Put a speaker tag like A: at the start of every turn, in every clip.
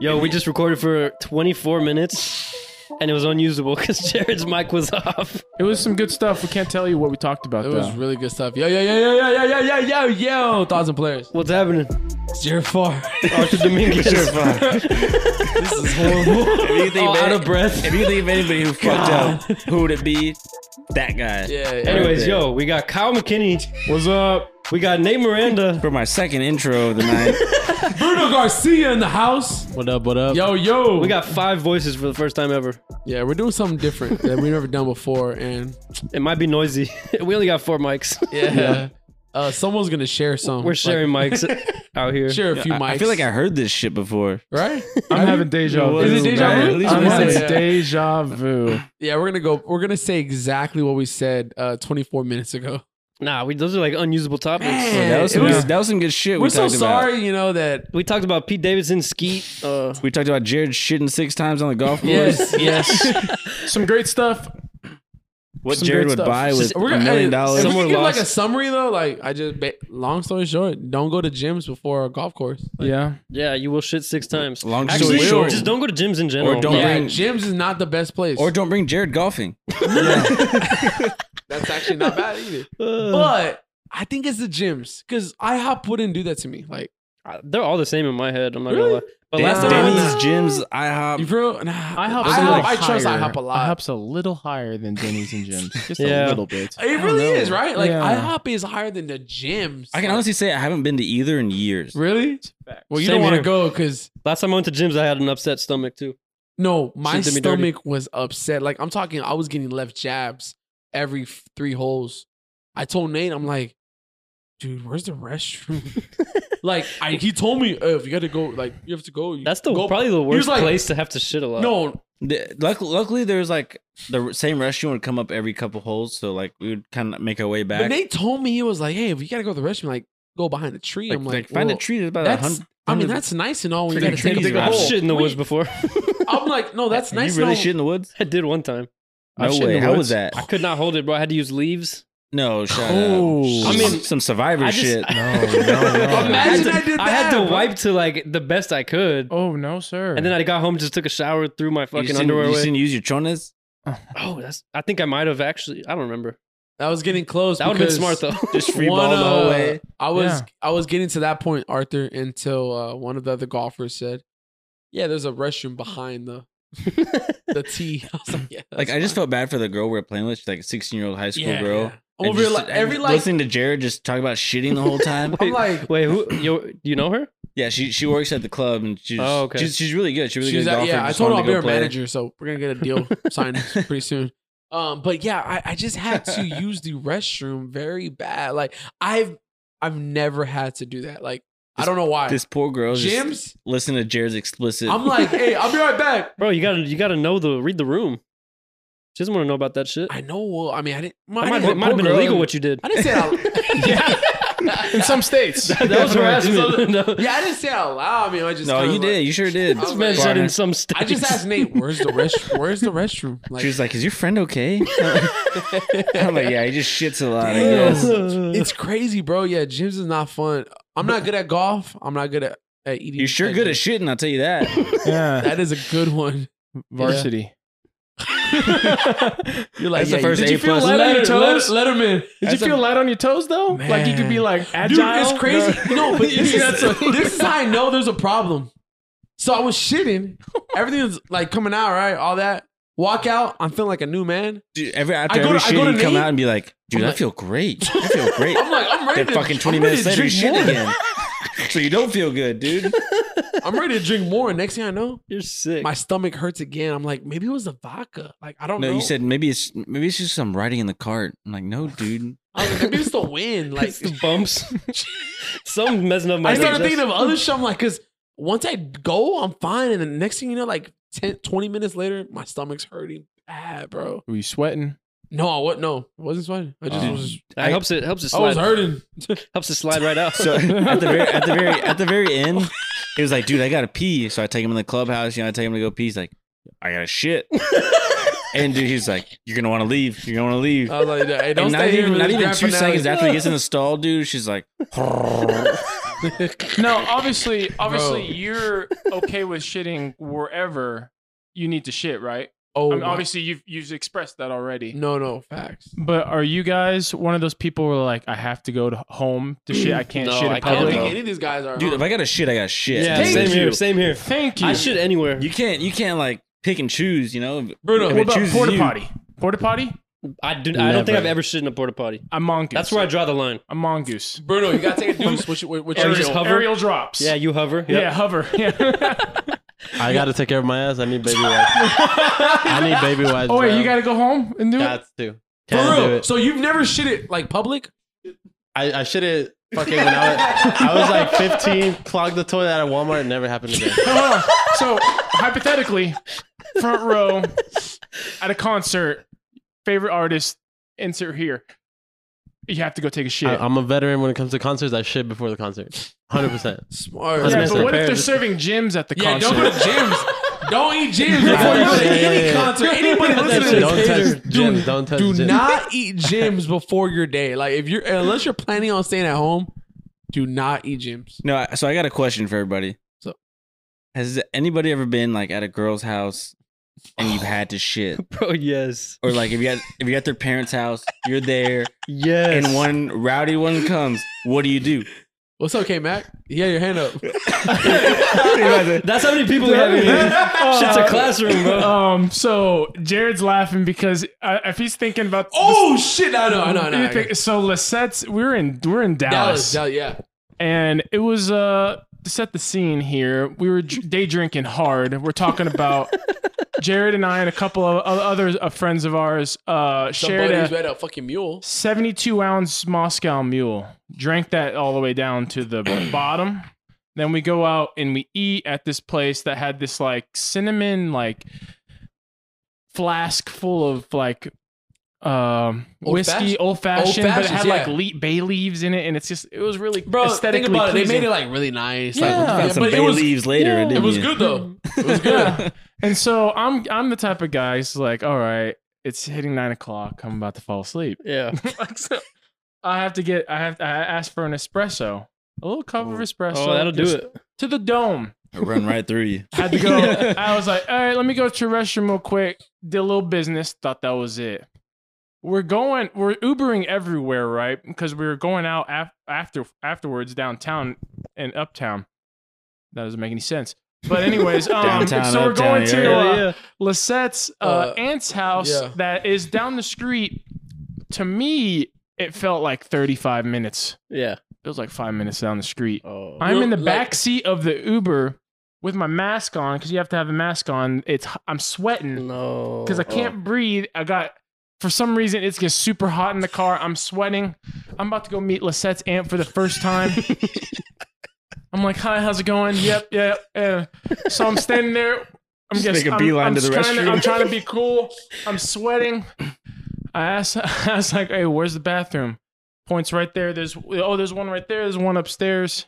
A: Yo, we just recorded for 24 minutes and it was unusable because Jared's mic was off.
B: It was some good stuff. We can't tell you what we talked about.
C: It
B: though.
C: was really good stuff. Yo, yo, yo, yo, yo, yo, yo, yo, yo, yo, thousand players.
A: What's happening?
C: It's your far.
A: Arthur Dominguez.
C: this is horrible.
D: If you think
C: All Oh,
D: of
C: out
D: any-
C: of breath.
D: if you think of anybody who fucked up, who would it be? That guy.
C: Yeah.
A: Anyways, yo, we got Kyle McKinney.
B: What's up?
A: We got Nate Miranda.
D: For my second intro of the night,
B: Bruno Garcia in the house.
C: What up? What up? Yo.
B: Yo, yo.
A: We got five voices for the first time ever.
C: Yeah, we're doing something different that we've never done before, and
A: It might be noisy. We only got four mics.
C: yeah, Uh, someone's gonna share some.
A: We're sharing mics out here.
C: Like, share a few
D: I-
C: mics.
D: I feel like I heard this shit before.
C: right.
B: I'm having deja vu.
D: Is it deja
B: man.
D: vu? At least
B: I'm
D: one.
B: having
C: Yeah.
B: deja vu.
C: Yeah, we're gonna go. We're gonna say exactly what we said uh, 24 minutes ago.
A: Nah, we, those are like unusable topics.
C: Man.
D: That was
C: it
D: some,
C: was-
D: good, that was some good shit.
C: We're
D: we
C: so
D: talked about.
C: sorry, you know that.
A: We talked about Pete Davidson, Skeet. Uh,
D: We talked about Jared shitting six times on the golf course.
C: Yes, yes.
B: Some great stuff.
D: What
B: Some
D: Jared
B: great
D: would
B: stuff.
D: buy with a
C: We're gonna-
D: million dollars.
C: If we
A: Someone
C: could give like
A: lost-
C: a summary though, like I just ba- long story short, don't go to gyms before a golf course. Like,
B: Yeah.
A: yeah, you will shit six times.
D: Long
A: Actually,
D: story short,
A: just don't go to gyms in general.
D: Or don't
C: yeah,
D: bring-
C: gyms is not the best place.
D: or don't bring Jared golfing.
C: That's actually not bad either.
A: Uh,
C: But I think it's the gyms because IHOP wouldn't do that to me. Like
A: they're all the same in my head. I'm not
C: Really?
A: gonna lie. But
D: Dan-
A: last time I
C: Damn.
A: went
D: Denny's, gyms, IHOP.
C: you feel? Nah, IHOP.
B: is
C: I,
B: like
C: trust
B: higher.
C: IHOP a lot.
B: IHOP's a little higher than Denny's and Jim's. Just
A: Yeah.
B: a little bit.
C: it really
D: know.
C: is right. Like
B: Yeah.
C: IHOP is higher than the gyms.
D: I can
C: Like,
D: honestly say I haven't been to either in years.
C: really. Well, you
A: Same
C: don't want to
A: here.
C: go because
A: Last time I went to gyms, I had an upset stomach too.
C: no, my
A: did me dirty.
C: stomach was upset. Like I'm talking, I was getting left jabs every f- three holes. I told Nate, I'm like, dude, where's the restroom? like I, he told me, oh, if you got to go, like you have to go. you
A: That's the
C: go.
A: probably the
C: was
A: worst
C: like-
A: place to have to shit a lot.
C: No,
D: The, luck, luckily, there was like the same restroom would come up every couple holes, so like we would kind of make our way back.
C: But Nate told me he was like, "Hey, if you gotta go to the restroom, like go behind the tree."
D: like,
C: I'm
D: like,
C: like,
D: find a
C: "Well,
D: tree. There's about a
C: That's.
D: hundred.
C: I mean, that's nice and all. When you
D: Freaking
C: gotta take a
D: trees,
C: big
D: man.
A: I've
C: hole.
A: shit in the
C: Wait,
A: woods before.
C: I'm like, no, that's nice.
D: You really
C: and all.
D: shit in the woods?
A: I did one time.
D: No
B: I've shit in
D: way.
B: the
D: How
B: woods.
D: was that?
A: I could not hold it, bro. I had to use leaves.
D: No, shut
B: Oh.
D: up.
A: I mean,
D: some survivor
A: I just-
D: shit.
C: Imagine
A: I
C: I
A: had to,
C: did that.
A: I had to
C: bro.
A: wipe to like the best I could,
B: Oh no, sir.
A: and then I got home, just took a shower, threw my
D: You
A: fucking
D: seen-
A: underwear
D: You
A: away.
D: didn't use your chonas?
A: oh, that's. I think I might have actually. I don't remember.
C: That was getting close.
A: That would have been
C: because
A: smart though.
D: Just free
C: one,
D: ball the whole
C: uh,
D: way.
C: I was
B: Yeah.
C: I was getting to that point, Arthur, until uh, one of the other golfers said, "Yeah, there's a restroom behind the the tee." I was like, "Yeah."
D: Like I just felt bad for the girl we were playing with, she's like a sixteen year old high school girl. And
C: Over
D: just-
C: like,
D: and
C: every like,
D: listening to Jared just talk about shitting the whole time.
C: I'm like,
A: Wait, who? You, you know her?
D: yeah, she she works at the club and she's
A: Oh, okay.
D: she's, she's really good. She's a really
C: She's
D: good
C: at-
D: golfer.
C: yeah, I
D: Just
C: told her
D: wanted
C: I'll
D: to
C: be
D: go
C: her
D: play.
C: manager, so we're gonna get a deal signed pretty soon. Um, but yeah, I, I just had to use the restroom very bad. Like I've I've never had to do that. Like I don't know why.
D: This poor girl just
C: Gyms,
D: listen to Jared's explicit.
C: I'm like, hey, I'll be right back.
A: Bro, you gotta you gotta know the read the room. She doesn't want to know about that shit.
C: I know. Well, I mean, I didn't.
A: That
C: I,
A: might,
C: didn't
A: might have been
C: poor girl.
A: illegal what you did.
C: I didn't say it out.
B: in some states.
A: That was harassment. No.
C: yeah, I didn't say it out loud. I mean, I just
D: no,
C: kinda
D: you
C: like-
D: did. You sure did.
C: This
A: This man said
D: Partner.
A: in some states.
C: I just asked Nate, "Where's the restroom? Where's the restroom?" Like,
D: She was like, "Is your friend okay?" I'm like, "Yeah, he just shits a lot." I
C: Damn.
D: guess.
C: it's crazy, bro. Yeah, gyms is not fun. I'm not good at golf. I'm not good at, at eating.
D: You're sure good at
C: shit.
D: shitting. I'll tell you that.
B: yeah.
C: That is a good one.
B: Varsity.
C: You're like,
D: That's
C: yeah,
D: the first
C: did
D: A
C: you feel
D: plus.
C: light on your
B: Letter-
C: toes? Letterman.
B: Did you feel light on your toes though? Like you could be like agile.
C: Dude, it's crazy. No, but this, is,
B: That's a-
C: this is how I know there's a problem. So I was shitting. Everything's like coming out, right? All that. Walk out. I'm feeling like a new man.
D: Dude, every after
C: I go
D: every
C: to- I
D: shit,
C: go to
D: you come
C: Nate.
D: out and be like, "Dude,
C: I'm
D: I
C: like-
D: feel great. I feel great."
C: I'm like, I'm ready.
D: Then
C: To,
D: fucking 20
C: I'm
D: minutes
C: ready to
D: later, you shit
C: drink more.
D: again. so you don't feel good, dude.
C: I'm ready to drink more. Next thing I know,
A: You're sick.
C: my stomach hurts again. I'm like, maybe it was the vodka. Like I don't
D: No,
C: know.
D: you said maybe it's maybe it's just some writing in the cart. I'm like, no, dude.
C: I was like, maybe it's the wind. Like
A: it's the bumps. Something messing up my
C: I started
A: digestion.
C: thinking of other shit. I'm like, because once I go, I'm fine. And the next thing you know, like 10, 20 minutes later, my stomach's hurting bad, bro.
B: Were you sweating?
C: No, I was No, I wasn't sweating. I just
D: Oh.
C: was.
A: That helps it helps it
C: I was
A: slide
C: hurting.
A: helps it slide right out.
D: So at the very at the very at the very end, he was like, dude, I gotta pee. So I take him in the clubhouse. You know, I take him to go pee. He's like, I gotta shit. and dude, he's like, you're gonna want to leave. You're gonna want to leave.
C: I was like, hey, Uh, don't
D: and not
C: stay here.
D: even
C: for
D: not
C: this
D: even
C: grand
D: two
C: finale.
D: seconds after he gets in the stall, dude, she's like,
B: No, obviously, obviously, you're okay with shitting wherever you need to shit, right?
C: Oh,
B: I mean,
C: my-
B: obviously, you've you've expressed that already.
C: no, no facts.
B: But are you guys one of those people who are like, I have to go to home to shit? I can't
D: No,
B: shit in
D: I
C: I don't
D: Public.
B: public.
C: think any of these guys are.
D: Dude, if I got to shit, I got to shit.
A: Yeah,
B: Thank
A: same
B: you.
A: here. Same here.
B: Thank you.
A: I shit anywhere.
D: You can't you can't like pick and choose, you know?
C: Bruno,
D: If
B: What
D: it
B: about
D: chooses
B: porta
D: you-
B: potty? Porta potty?
A: I do. I don't think
D: Never.
A: I've ever shit in a porta potty.
B: A mongoose.
A: That's where I draw the line.
B: a mongoose.
C: Bruno, you gotta take a deuce. Which, which, which
A: Or you
C: aerial?
A: just hover.
B: Aerial drops.
A: Yeah, you hover. Yep.
B: Yeah, hover. Yeah.
E: I got to take care of my ass. I need baby wipes. I need baby wipes.
B: oh wait,
E: bro.
B: you gotta go home and do it.
E: Got to.
C: For
E: Can't do
C: real.
E: it.
C: So you've never shit it like public?
E: I, I should have fucking when I was, I was like 15, clogged the toilet at Walmart. It never happened again.
B: Hold on. Uh-huh. So hypothetically, front row at a concert, favorite artist, insert here. You have to go take a shit.
E: I, am a veteran when it comes to concerts. I shit before the concert, hundred percent.
B: yeah,
C: Smart.
B: but what if they're
A: prepared.
B: serving gyms at the
C: Yeah,
B: concert?
C: don't go to gyms. don't eat gyms before you go to
E: Yeah, yeah,
C: any
E: yeah.
C: concert. Anybody
E: Don't
C: listening to this,
E: touch
C: do-
E: gyms. Don't touch
C: do
E: gyms.
C: not eat gyms before your day. Like if you're unless you're planning on staying at home, do not eat gyms.
D: No, I- so I got a question for everybody.
C: So-
D: has anybody ever been like at a girl's house and you've had to shit?
A: Bro, Oh, yes,
D: Or like if you got if you're at their parents' house, you're there
A: yes.
D: and one rowdy one comes, what do you do?
C: What's okay, Mac? Yeah, your hand up.
A: That's how many people we have in here.
B: Oh,
A: Shit's a classroom, bro.
B: Um, so Jared's laughing because uh, if he's thinking about
C: oh shit! I know, I know, I know. I know.
B: Anything- so Lisette's we were in we're in Dallas,
C: Dallas, Dallas, yeah.
B: and it was uh to set the scene here we were dr- day drinking hard we're talking about Jared and I and a couple of o- other uh, friends of ours uh shared
C: Somebody's
B: a
C: read a fucking mule.
B: 72 ounce Moscow Mule drank that all the way down to the bottom then we go out and we eat at this place that had this like cinnamon like flask full of like um
C: Old
B: whiskey
C: fash-
B: old fashioned but it
C: fashions,
B: had like
C: yeah.
B: le- bay leaves in it and it's just it was really
C: Bro,
B: aesthetically
C: think about it. They
B: pleasing.
C: made it like really nice.
B: Yeah.
C: Like,
D: Found
C: yeah,
D: some
C: but
D: bay
C: it was,
D: leaves later,
B: yeah.
D: didn't
C: it was
D: you?
C: good though. It was good.
B: Yeah. and so I'm I'm the type of guy who's like, all right, it's hitting nine o'clock. I'm about to fall asleep.
A: Yeah.
B: Like, so I have to get I have I asked for an espresso, a little cup of espresso.
A: Oh, that'll do
B: just
A: it.
B: To the dome.
D: I run right through you.
B: Had to go. I was like, all right, let me go to the restroom real quick. Did a little business. Thought that was it. We're going. We're Ubering everywhere, right? Because we were going out af- after afterwards downtown and uptown. That doesn't make any sense. But anyways, um,
D: Downtown,
B: so we're
D: uptown,
B: going to
D: yeah.
B: uh, Lisette's uh,
C: Uh,
B: aunt's house
C: yeah.
B: that is down the street. To me, it felt like 35 minutes.
A: Yeah.
B: It was like five minutes down the street.
A: Oh.
B: I'm in the
C: Like-
B: back seat of the Uber with my mask on because you have to have a mask on. It's I'm sweating
A: No.
B: because I
D: Oh.
B: can't breathe. I got for some reason it's just super hot in the car. I'm sweating. I'm about to go meet Lisette's aunt for the first time. I'm like, hi, how's it going? Yep, yep. Yeah. So I'm standing there. I'm
D: Just
B: just,
D: make a
B: I'm-
D: beeline
B: I'm
D: to the
B: just trying
D: restroom.
B: I'm trying to be cool. I'm sweating. I asked, I was like, hey, where's the bathroom? Points right there. There's oh, there's one right there. There's one upstairs.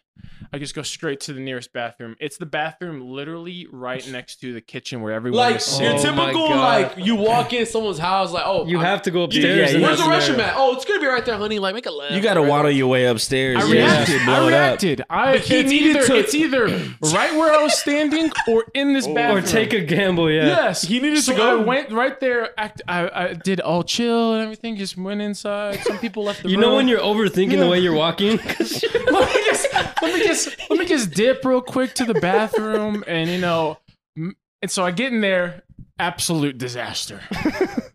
B: I just go straight to the nearest bathroom. It's the bathroom literally right next to the kitchen where everyone
C: Like
B: is
C: your
A: Oh
B: sitting.
A: tip- my
C: typical,
A: God.
C: like you walk in someone's house, like oh,
A: You
C: I'm-
A: have to go upstairs.
D: yeah,
A: and
D: you
C: Where's
A: that's
C: the
A: there.
C: restroom at? Oh, it's gonna be right there, honey. Like make a left.
D: You gotta
C: right
D: waddle your way upstairs.
B: I
D: You just
B: reacted.
D: blow
B: I
D: it up.
B: reacted. I
C: he
B: it's
C: needed
B: either,
C: to-
B: it's either right where I was standing or in this
A: Oh, Or
B: bathroom.
A: take a gamble. Yeah.
B: Yes, he needed
C: to go.
B: I went right there. Act, I, I did all chill and everything. Just went inside. Some people left the
A: You
B: room.
A: know
C: Uh,
A: when you're overthinking the way you're walking? 'Cause you-
B: let me just let me just let me just dip real quick to the bathroom, and you know, m- and so I get in there. Absolute disaster.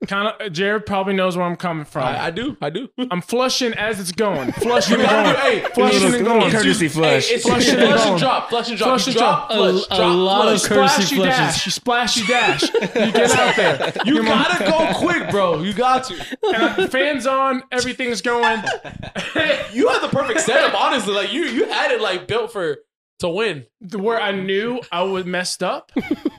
B: kind of. Jared probably knows where I'm coming from.
C: I, I do, I do.
B: I'm flushing as it's going. Flushing
C: You
B: and
C: gotta
B: going.
C: do- hey,
B: flushing
D: it's-
B: and going.
D: it's- Courtesy flush.
C: Hey, it's
B: Flush
C: flush,
B: and
C: and
B: go.
C: drop, flush and drop,
B: Flush
C: flush
B: and
C: and drop,
A: drop.
C: flush,
A: A- a
C: drop,
A: lot of
C: flush.
A: cur- Courtesy
B: Splash you
A: flushes.
B: dash. You splash you dash. You get out there.
C: You gotta go quick, bro. You got to.
B: And fans on. Everything's going.
C: You had the perfect setup, honestly. Like you, you had it like built for to win.
B: The- Where I knew I was messed up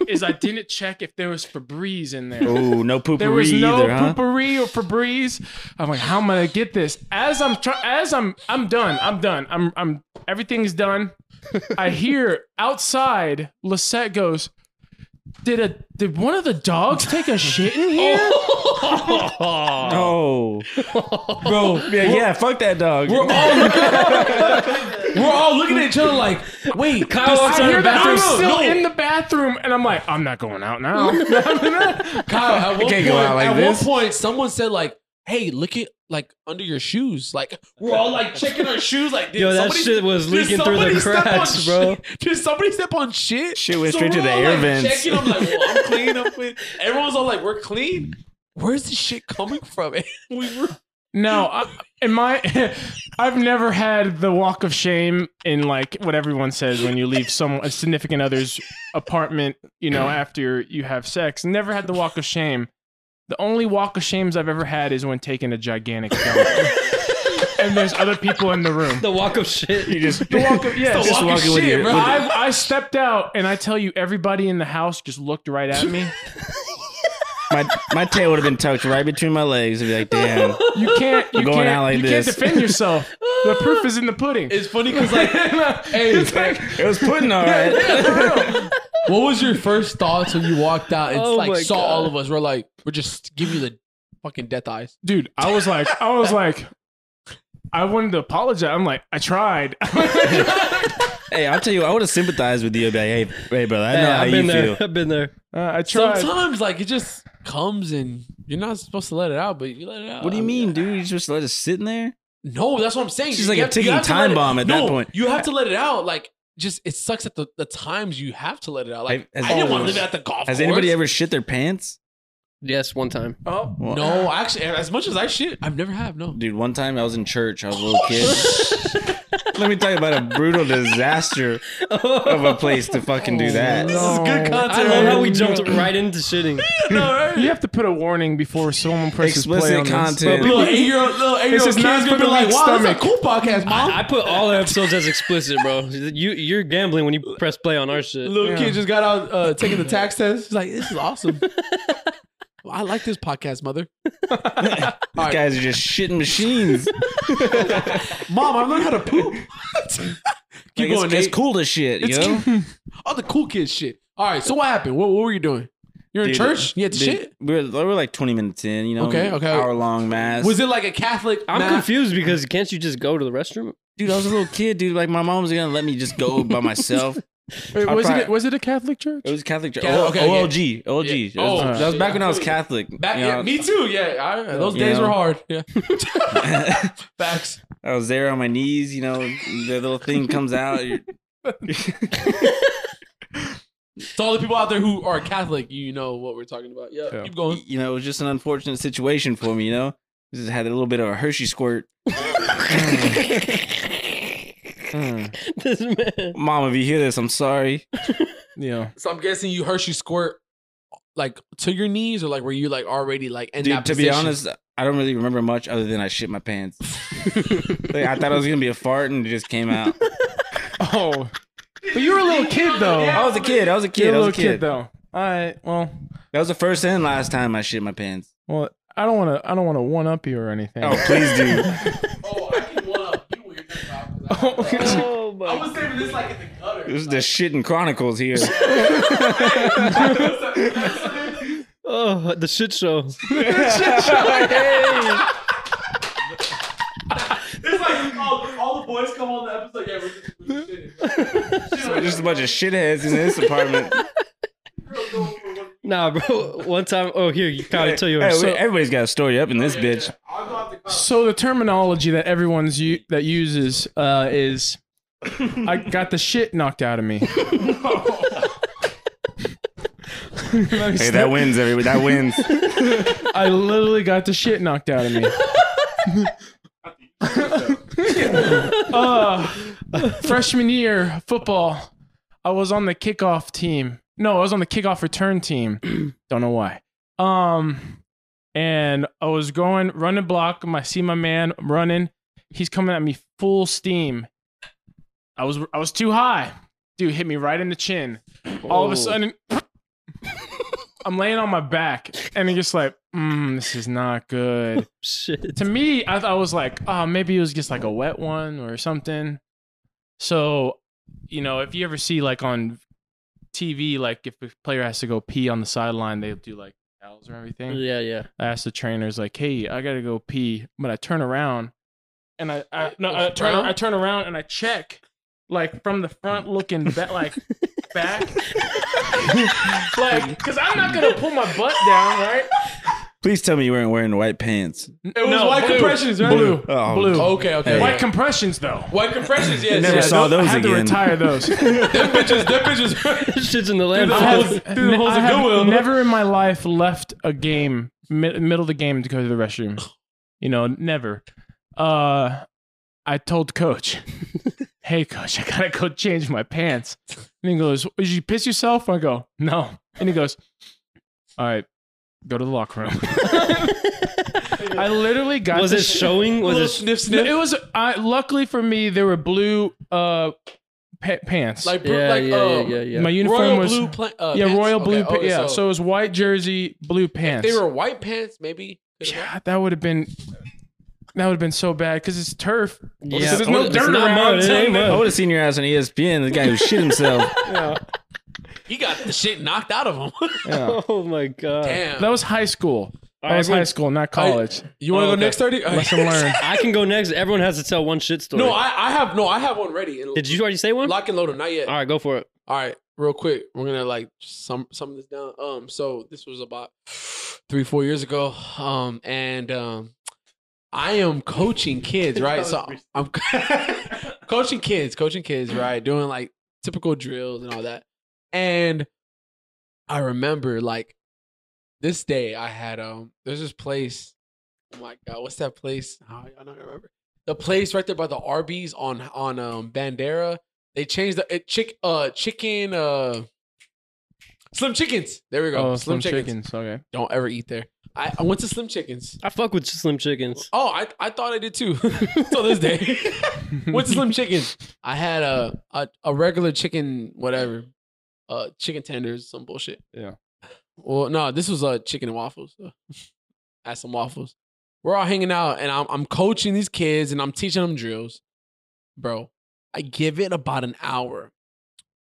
B: is I didn't check if there was Febreze in there.
D: Oh, no poopery
B: There was no
D: either, huh?
B: poopery or Febreze. I'm like, how am I gonna get this? As I'm try- as I'm I'm done. I'm done. I'm I'm everything's done. I hear outside Lisette goes, Did a did one of the dogs take a shit in here?
D: Oh, bro. Yeah, yeah. Fuck that dog.
C: We're all looking. we're all looking at each other like, wait,
A: Kyle walks
B: I
A: out of
B: hear
A: the
B: that I'm
A: bathroom.
B: still
C: No.
B: in the bathroom, and I'm like, I'm not going out now.
C: Kyle, at one,
D: can't
C: point,
D: go out like
C: at
D: this.
C: one point, someone said like, "Hey, look at like under your shoes." Like we're all like checking our shoes. Like, did
A: Yo, that
C: somebody,
A: shit was
C: did
A: leaking through the
C: somebody step on
A: cracks, bro.
C: shit? Did somebody step on shit?
D: Shit went straight to
C: we're
D: the
C: all,
D: air
C: like,
D: vents.
C: Checking, I'm like, well, I'm clean. I'm clean. Everyone's all like, we're clean. Where's the shit coming from? And we were
B: No, I, in my, I've never had the walk of shame in like what everyone says when you leave some a significant other's apartment. You know, after you have sex, never had the walk of shame. The only walk of shames I've ever had is when taking a gigantic dump, and there's other people in the room.
A: The walk of shit.
D: You just
B: The walk of yeah,
C: the
B: just
C: walk of
D: walking with
C: shit,
D: your-
C: bro.
D: with-
B: I, I stepped out, and I tell you, everybody in the house just looked right at me.
D: my my tail would have been tucked right between my legs. I'd be like, damn.
B: You can't, you
D: Going
B: can't,
D: out like
B: you
D: this.
B: can't defend yourself. The proof is in the pudding.
C: it's funny because like, hey,
B: It's like,
D: It was putting all right.
C: what was your first thoughts when you walked out and
A: Oh
C: like
A: my
C: saw
A: God.
C: all of us? We're like, we're just give you the fucking death eyes.
B: dude i was like i was like i wanted to apologize i'm like i tried uh,
D: Hey, I'll tell you, I would have sympathized with you. I'd be like, hey, hey, brother, I know
A: Yeah,
D: how
A: I've
D: you
A: been there.
D: feel.
A: I've been there.
B: i tried
C: Sometimes like it just comes and you're not supposed to let it out, but you let it out.
D: What do
C: I
D: you
C: mean,
D: mean, dude? You just let us sit in there?
C: No, that's what I'm saying.
D: It's
C: You
D: just like a
C: have- you
D: ticking
C: have to
D: time
C: let it-
D: bomb at that
C: No,
D: point.
C: You have to let it out. Like, just it sucks at the, the times you have to let it out. Like,
D: Have- has-
C: I didn't want to live at the golf.
D: Has anybody
C: course.
D: ever shit their pants?
A: Yes, one time.
B: oh
D: Well,
C: No, actually, as much as I shit, I've never have. No,
D: Dude, one time I was in church. I was a little kid. Let me tell you about a brutal disaster of a place to fucking
C: Oh,
D: do that.
B: no.
C: this is good content.
A: I love how we jumped right into shitting.
B: you have to put a warning before someone presses play
D: Explicit
B: on This.
D: content.
C: Little eight year old, little eight year old
B: is not
C: kid's
B: for
C: gonna be
B: the
C: like,
B: weak
C: "Wow,
B: stomach."
C: that's a cool podcast, mom."
A: I put all our episodes as explicit, bro. You you're gambling when you press play on our shit.
C: little
B: Yeah.
C: kid just got out uh, taking the tax test. He's like, "This is awesome." Well, I like this podcast, mother.
D: These guys are just shitting machines.
C: Mom, I've learned how to poop.
D: Like,
C: Keep going, Nate.
D: it's, it's cool as shit, you know?
C: All the cool kids shit. All right, so what happened? What, what were you doing? You're in
D: Dude,
C: church. You had to
D: dude,
C: shit.
D: We were, we were like 20 minutes in, you know?
C: Okay, okay.
D: Hour long mass.
C: Was it like a Catholic?
A: I'm
C: nah.
A: confused because can't you just go to the restroom?
D: dude, I was a little kid, dude. Like, my mom was going to let me just go by myself.
B: Wait,
D: I
B: was
D: probably-
B: it was it a catholic church
D: It was Catholic church.
C: Yeah,
D: O-
C: okay, yeah.
D: OLG. OLG.
C: Yeah.
D: That, was,
C: Oh,
D: that was back when I was
C: shit.
D: Catholic.
C: Back,
D: you
C: yeah,
D: know?
C: me too. Yeah, I, those
D: Yeah.
C: days were hard. Yeah, facts.
D: I was there on my knees, you know, the little thing comes out. You're-
C: To all the people out there who are Catholic, you know what we're talking about. Yeah,
B: Yeah.
C: keep going.
D: you know, it was just an unfortunate situation for me, you know? Just had a little bit of a Hershey squirt. Mm.
A: This man.
D: Mom, if you hear this, I'm sorry.
B: yeah
C: So I'm guessing you Hershey squirt like to your knees, or like were you like already like in
D: Dude,
C: that
D: to be
C: position?
D: honest, I don't really remember much other than I shit my pants. like, I thought it was going to be a fart and it just came out.
B: oh but you were a little kid though
D: I was a kid. I was a
B: you're
D: kid.
B: a
D: I was
B: little
D: a
B: kid.
D: kid.
B: though all right well
D: That was the first and last time I shit my pants.
B: well i don't want to i don't want to one up you or anything
D: Oh, please do.
C: oh, I can one up you. What you're talking about?
A: Oh
C: I
A: my.
C: was saving this like in the gutter.
D: This is the shitting chronicles here.
A: Oh, the shit show.
C: It's like all, all the boys come on the episode. Yeah, we're just, we're
D: just a bunch of shitheads in this apartment.
A: Nah, bro. One time. Oh, here. You kind of tell you.
D: Hey,
A: so,
D: we- everybody's got a story up in this bitch.
B: So the terminology that everyone's u- that uses uh, is, I got the shit knocked out of me. Let me
D: Hey,
B: start.
D: that wins, everybody. That wins.
B: I literally got the shit knocked out of me. uh, freshman year football, I was on the kickoff team. No, I was on the kickoff return team. Don't know why. Um, and I was going running block. I see my man running. He's coming at me full steam. I was I was too high. Dude hit me right in the chin. All of a sudden, I'm laying on my back, and I'm just like, mm, this is not good
A: shit.
B: to me, I, I was like, oh, maybe it was just like a wet one or something. So, you know, if you ever see like on TV, like if a player has to go pee on the sideline, they do like towels or everything.
A: Yeah, yeah.
B: I asked the trainers, like, "Hey, I gotta go pee," but I turn around and I, I no, I turn, I turn around and I check, like from the front looking back, like back, like because I'm not gonna pull my butt down, right?
D: Please tell me you weren't wearing white pants.
C: It was
B: No,
C: white
B: blue.
C: compressions, right?
B: Blue,
D: Oh,
B: blue,
C: Okay, okay.
D: Hey.
B: white compressions though.
C: White compressions, yes.
D: Never
C: yeah,
D: saw
C: no,
D: those
B: I had to
D: again.
B: retire those. I
C: Them bitches, them bitches.
A: Shit's in the land.
C: I
B: have,
C: holes- through the holes
B: I
C: of
B: have
C: Goodwill.
B: never in my life left a game mid, middle of the game to go to the restroom. You know, never. Uh, I told coach, "Hey, coach, I gotta go change my pants." And he goes, "Did you piss yourself?" I go, "No." And he goes, "All right, go to the locker room." I literally got
A: was
B: the
A: it
B: sh-
A: showing?
C: Little
A: Was it?
C: sniff,
B: No,
C: sniff.
B: it was. I luckily for me, there were blue uh pa- pants.
C: like,
A: Yeah,
C: like
A: yeah,
C: um,
A: yeah, yeah, yeah.
B: my uniform
C: royal
B: was
C: blue. Pla- uh,
B: yeah,
C: pants?
B: royal
C: Okay,
B: blue.
C: oh,
B: pa- yeah, so, it was white jersey, blue pants.
C: they were white pants, maybe.
B: yeah, that would have been that would have been so bad because it's turf.
A: Yeah.
B: so there's no
A: It's
B: dirt
A: not
B: around.
A: mud, it
B: so-
A: ain't
D: I
A: mud.
D: would have seen your ass on E ESPN. The guy who shit himself.
C: He got the shit knocked out of him.
B: Yeah.
A: Oh my god!
C: Damn.
B: That was high school. That
A: right,
B: was
A: I'm
B: high
A: gonna-
B: school, not college.
C: you want to
A: Oh,
C: go
A: okay.
C: next thirty?
B: Lesson learned.
A: I can go next. Everyone has to tell one shit story.
C: No, I, I have no, I have one ready.
A: did you already say one?
C: lock and load them? Not yet.
A: All right, go for it.
C: All right, real quick, we're gonna like sum sum this down. Um, so this was about three four years ago. Um, and um, I am coaching kids, right? So I'm coaching kids, coaching kids, right? Doing like typical drills and all that. And I remember like this day I had um, there's this place. Oh my god, what's that place? Oh, I don't remember. The place right there by the Arby's on on um Bandera. They changed the it, chick uh chicken uh Slim Chickens. There we go.
B: Oh,
C: slim,
B: slim
C: chickens.
B: chickens. Okay.
C: Don't ever eat there. I, I went to Slim Chickens.
A: I fuck with slim chickens.
C: Oh, I, I thought I did too. Till this day. went to Slim Chickens. I had a, a a regular chicken whatever. Uh chicken tenders, some bullshit.
B: Yeah.
C: Well, no, this was uh chicken and waffles. Had some waffles. We're all hanging out and I'm I'm coaching these kids and I'm teaching them drills. Bro, I give it about an hour.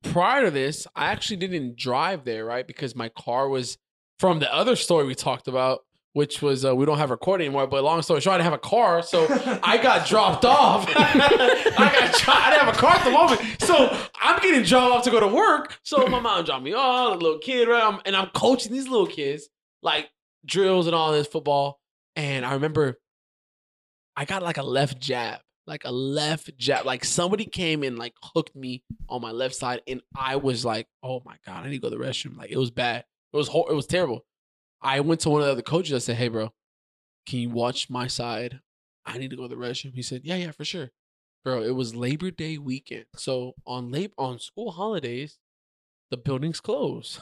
C: Prior to this, I actually didn't drive there, right? Because my car was from the other story we talked about, which was uh, we don't have recording anymore. But long story short, I didn't have a car, so I got dropped off. I got dro- I didn't have a car at the moment, so I'm getting dropped off to go to work. So my mom dropped me off, a little kid, right? I'm- and I'm coaching these little kids like drills and all this football. And I remember I got like a left jab. Like a left jab, like somebody came and like hooked me on my left side, and I was like, "Oh my god, I need to go to the restroom." Like it was bad, it was hor- it was terrible. I went to one of the other coaches. I said, "Hey, bro, can you watch my side? I need to go to the restroom." He said, "Yeah, yeah, for sure, bro." It was Labor Day weekend, so on lab- on school holidays, the building's closed.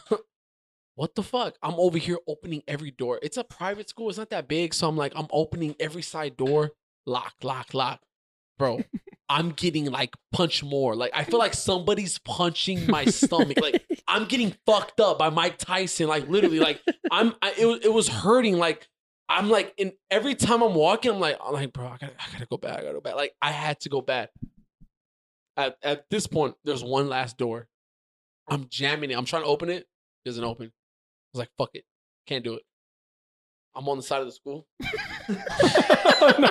C: what the fuck? I'm over here opening every door. It's a private school. It's not that big, so I'm like, I'm opening every side door. Lock, lock, lock, bro. I'm getting like punched more. Like I feel like somebody's punching my stomach. Like I'm getting fucked up by Mike Tyson. Like literally, like I'm. I, it was it was hurting. Like I'm like in every time I'm walking, I'm like I'm like bro, I gotta I gotta go back. I gotta go back. Like I had to go back. At at this point, there's one last door. I'm jamming it. I'm trying to open it. Doesn't open. I was like, fuck it, can't do it. I'm on the side of the school.
B: no,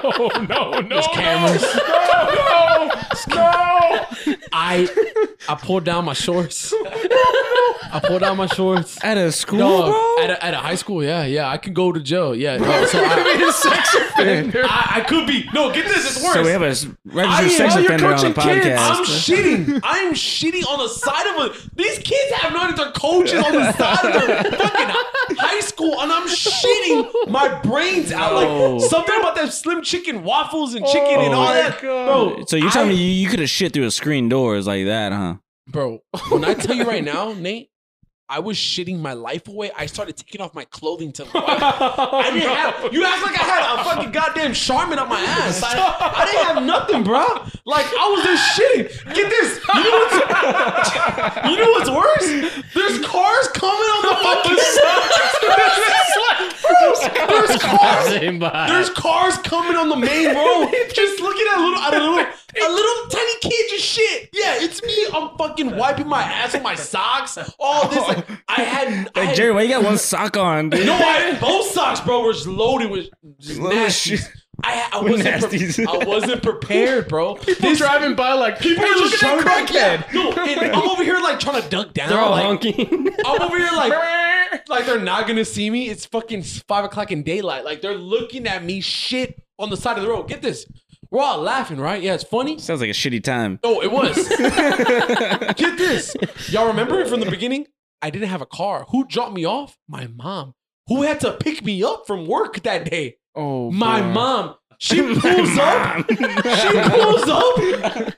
B: oh, no, no.
C: There's
B: no.
D: Oh,
C: cameras.
B: No, no, no.
C: I I pulled down my shorts. I pulled down my shorts.
D: At a school,
C: No, at a, at a high school, yeah, yeah, I could go to jail, yeah. No, so I, I, I could be. No, get this, it's worse.
D: So we have a s- registered
C: I-
D: sex
C: oh, you're
D: offender on
B: coaching
D: the
B: kids.
D: podcast.
C: I'm shitting. I'm shitting on the side of them. These kids have not even their coaches on the side of them. Fucking high school, and I'm shitting my brains out.
D: No.
C: Like something about that slim chicken waffles and chicken and all that, bro.
D: so you're telling
C: I-
D: me you, you could have shit through a screen doors like that, huh?
C: Bro, when I tell you right now, Nate, I was shitting my life away. I started taking off my clothing to I didn't have. You act like I had a fucking goddamn Charmin up my ass. I, I didn't have nothing, bro. Like I was just shitting. Get this. You know what's, you know what's worse? There's cars coming on the fucking side. There's, there's cars
A: Same vibe.
C: there's cars coming on the main road, just looking at a little, at a little, a little tiny kid just shit. Yeah, yeah, it's me. I'm fucking wiping my ass with my socks. All this, like, I had, I
D: Like
C: had
D: Jerry, why you got one sock on? Dude?
C: No, I, both socks, bro, were just loaded with just
D: Loaded with
C: nasties.
D: shit.
C: I, I wasn't pre-
D: Nasties.
C: I wasn't prepared, bro. People
B: He's driving by like people
C: are
B: look at
C: trying to dunk
B: that
C: down. No, and I'm over here like trying to dunk down.
A: They're all
C: like,
A: honking.
C: I'm over here like
B: crackhead.
C: like they're not gonna see me. It's fucking five o'clock in daylight. Like they're looking at me shit on the side of the road. Get this. We're all laughing, right? Yeah, it's funny.
D: Sounds like a shitty time.
C: No, it was. Get this. Y'all remember it from the beginning? I didn't have a car. Who dropped me off? My mom. Who had to pick me up from work that day?
B: Oh,
C: My
B: bro.
C: mom. She pulls up. She pulls up.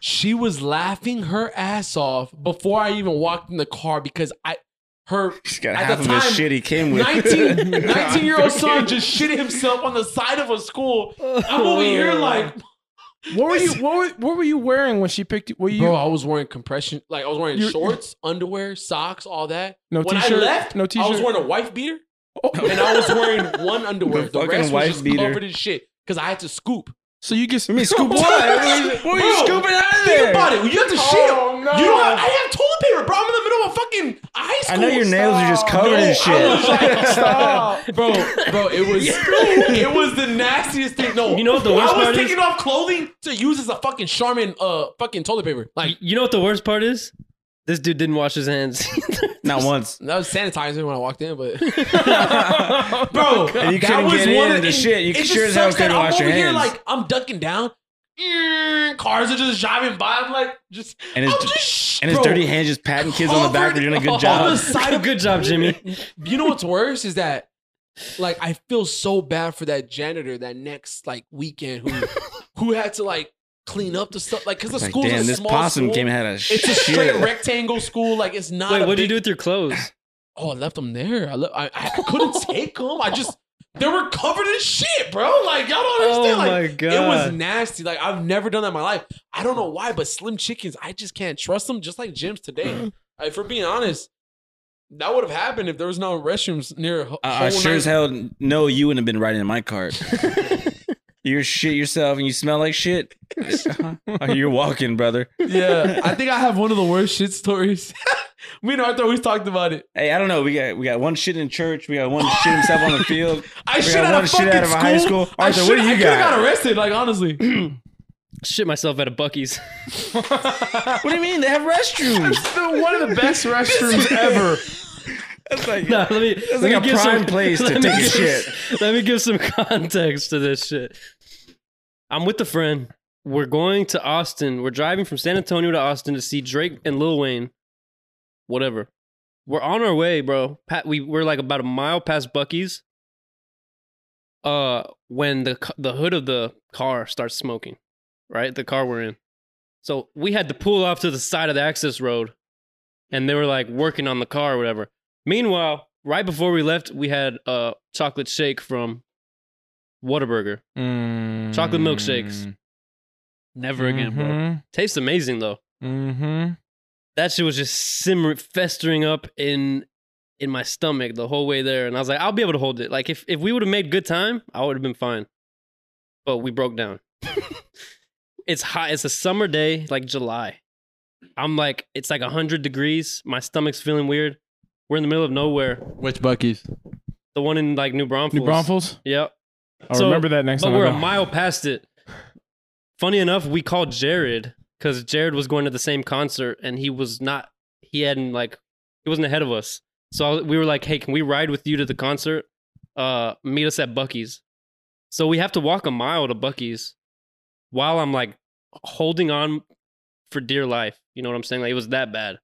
C: She was laughing her ass off before I even walked in the car because I her
D: He's got
C: At
D: half
C: the
D: of his
C: time,
D: shit he came with.
C: 19, 19 year old son just shit himself on the side of a school. I'm over here like
B: What were you? What were, what were you wearing when she picked you? Were you
C: Bro, I was wearing compression, like I was wearing
B: You-
C: shorts, underwear, socks, all that.
B: No
C: when I
B: t-shirt?
C: left,
B: No
C: I was
B: t-shirt?
C: wearing a wife beater, and I was wearing one underwear.
D: The
C: The,
D: fucking
C: rest
D: wife
C: was just
D: beater.
C: covered in shit because I had to scoop.
B: so you just
D: I mean, scoop what? What are you
C: Bro,
D: scooping out of
C: Think
D: there?
C: about it. You have to
B: Oh,
C: shit.
B: no.
C: You don't have. I have toilet paper, bro. I'm in the middle of fucking a high
D: I
C: school.
D: know your nails are just covered in
C: No, I was
D: shit.
C: like, stop, bro, bro. It was it was the nastiest thing. No,
A: You know what the worst
C: I was
A: part is?
C: taking off clothing to use as a fucking Charmin, uh, fucking toilet paper. Like
A: You know what the worst part is? This dude didn't wash his hands.
D: Not once.
C: That was sanitizer when I walked in, but bro,
D: And you couldn't get in the shit. You
C: it just
D: sure as hell
C: sucks that
D: couldn't
C: I'm
D: wash your
C: over Here,
D: hands.
C: like I'm ducking down, Mm, cars are just driving by. I'm like, just
D: And his-
C: I'm just,
D: And his
C: bro,
D: dirty hands just patting kids on the back for doing a
C: covered
D: good
C: on the
D: job.
C: side of-
A: Good job, Jimmy.
C: you know what's worse is that, like, I feel so bad for that janitor that next like weekend who who had to like clean up the stuff like because the
D: Like,
C: school's
D: damn,
C: a
D: this
C: small
D: possum
C: school.
D: came out of
C: it's a straight
D: shit.
C: rectangle school. Like it's not.
A: Wait,
C: a
A: what do you
C: big-
A: do with your clothes?
C: Oh, I left them there. I, le- I, I couldn't take them. I just they were covered in shit, bro. Like y'all don't understand.
A: Oh
C: like
A: my
C: it was
A: God.
C: nasty. Like I've never done that in my life. I don't know why, but Slim Chickens, I just can't trust them. Just like Jim's
D: Mm.
C: today. Uh, if we're being honest, that would have happened if there was no restrooms near. ho-
D: I, I
C: whole
D: sure as
C: night-
D: hell know you wouldn't have been riding in my cart. You're shit yourself and you smell like shit. Oh, You're walking, brother.
C: Yeah, I think I have one of the worst shit stories. Me and Arthur always talked about it.
D: Hey, I don't know. We got we got one shit in church. We got one shit himself on the field.
C: I
D: We
C: shit
D: got
C: out
D: one
C: of fucking
D: shit out of a
C: school.
D: high school.
C: I
D: Arthur, what
C: should
D: do you
C: have
D: got?
C: got arrested. Like honestly.
A: Shit myself at a Bucky's.
D: What do you mean? They have restrooms.
B: the, one of the best restrooms ever.
D: That's like,
A: No, let me. It's
D: like a prime place to take a shit.
A: Let me give some context to this shit. I'm with a friend. We're going to Austin. We're driving from San Antonio to Austin to see Drake and Lil Wayne. Whatever. We're on our way, bro. Pat, we we're like about a mile past Bucky's. Uh, when the ca- the hood of the car starts smoking, right? The car we're in. So we had to pull off to the side of the access road, and they were like working on the car or whatever. Meanwhile, right before we left, we had a chocolate shake from Whataburger. Chocolate milkshakes. Never again, bro. Tastes amazing though.
B: Mm-hmm.
A: That shit was just simmering, festering up in in my stomach the whole way there, and I was like, I'll be able to hold it. Like if if we would have made good time, I would have been fine. But we broke down. it's hot. It's a summer day, like July. I'm like, it's like hundred degrees. My stomach's feeling weird. We're in the middle of nowhere.
E: Which Bucky's?
A: The one in like New Braunfels.
B: New Braunfels.
A: Yep.
B: I'll
A: So-
B: remember that next
A: But
B: time. I
A: we're a
B: go.
A: mile past it. Funny enough, we called Jared because Jared was going to the same concert and he was not, he hadn't like, he wasn't ahead of us. So I- we were like, hey, can we ride with you to the concert? Uh, meet us at Bucky's. So we have to walk a mile to Bucky's while I'm like holding on for dear life. You know what I'm saying? Like it was that bad.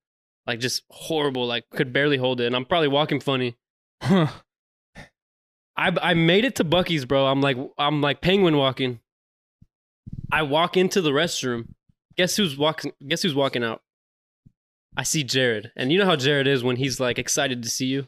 A: Like just horrible. Like could barely hold it. And I'm probably walking funny.
B: Huh.
A: I I made it to Bucky's, bro. I'm like I'm like penguin walking. I walk into the restroom. Guess who's walking? Guess who's walking out? I see Jared, and you know how Jared is when he's like excited to see you.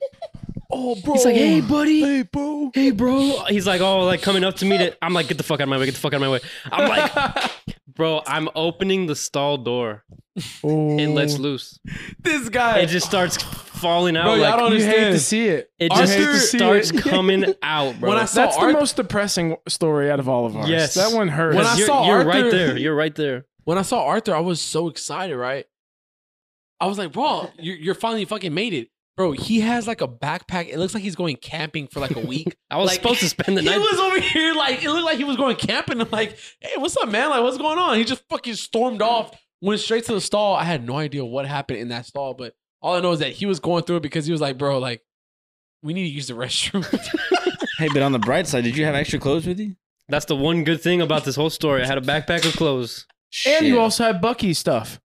C: Oh, bro.
A: He's like, "Hey, buddy,
C: Hey, bro.
A: hey, bro." He's like, "Oh, like coming up to me." To, I'm like, "Get the fuck out of my way! Get the fuck out of my way!" I'm like, "Bro, I'm opening the stall door. It
D: Oh.
A: lets
C: Mm.
A: loose.
C: This guy.
A: It just starts falling out.
C: Bro, y'all
A: like,
C: don't
B: You hate
C: understand.
B: to see it.
A: it
C: Arthur-
A: just
C: hate to see
A: starts
B: it.
A: coming out, bro.
C: When I saw
B: That's the
C: Arthur,
B: most depressing story out of all of ours.
A: Yes.
B: that one hurts.
C: When I
A: you're,
C: saw
A: you're right
C: Arthur-
A: there. You're right there.
C: when I saw Arthur, I was so excited, right? I was like, bro, you're, you're finally fucking made it. Bro, he has like a backpack. It looks like he's going camping for like a week.
A: I was
C: Like,
A: supposed to spend the
C: he
A: night.
C: was over here like, it looked like he was going camping. I'm like, hey, what's up, man? Like, what's going on? He just fucking stormed off, went straight to the stall. I had no idea what happened in that stall, but all I know is that he was going through it because he was like, bro, like, we need to use the restroom.
D: Hey, but on the bright side, did you have extra clothes with you?
A: That's the one good thing about this whole story. I had a backpack of clothes.
B: And
D: Shit.
B: you also had Bucky stuff.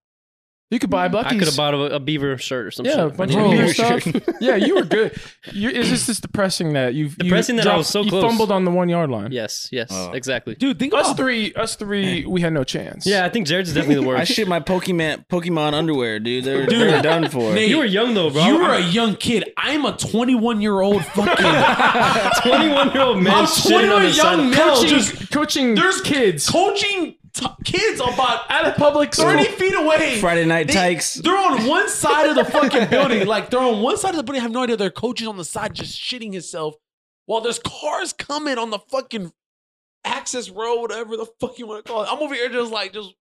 B: You could buy Bucky's.
A: I could have bought a, a beaver shirt or some
B: Yeah,
A: shit.
B: a bunch
A: I
B: of
A: didn't.
B: beer
D: Bro.
B: stuff. yeah, you were good. You, it's just it's depressing that you
A: Depressing
B: you
A: that I was so
B: you
A: close.
B: fumbled on the one yard line.
A: Yes, yes,
D: Oh.
A: exactly.
C: Dude, think
B: Us
C: about
B: three, us three, we had no chance.
A: Yeah, I think Jared's definitely the
D: I
A: worst.
D: shit my Pokemon Pokemon underwear, dude. They were,
C: Dude.
D: they were done for.
C: Nate,
A: you were young though, bro.
C: you were a young kid. I'm a 21 year old fucking
A: 21 year old man.
C: I'm
A: shitting on
C: 21
A: the side.
C: young male
B: coaching,
C: just
B: coaching.
C: There's
B: kids
C: coaching t- kids about
B: at a public school.
C: 30 feet away.
D: Friday night
C: They-
D: tykes.
C: They're on one side of the fucking building. Like they're on one side of the building. I have no idea. Their coach is on the side just shitting himself while there's cars coming on the fucking access road, whatever the fuck you want to call it. I'm over here just like just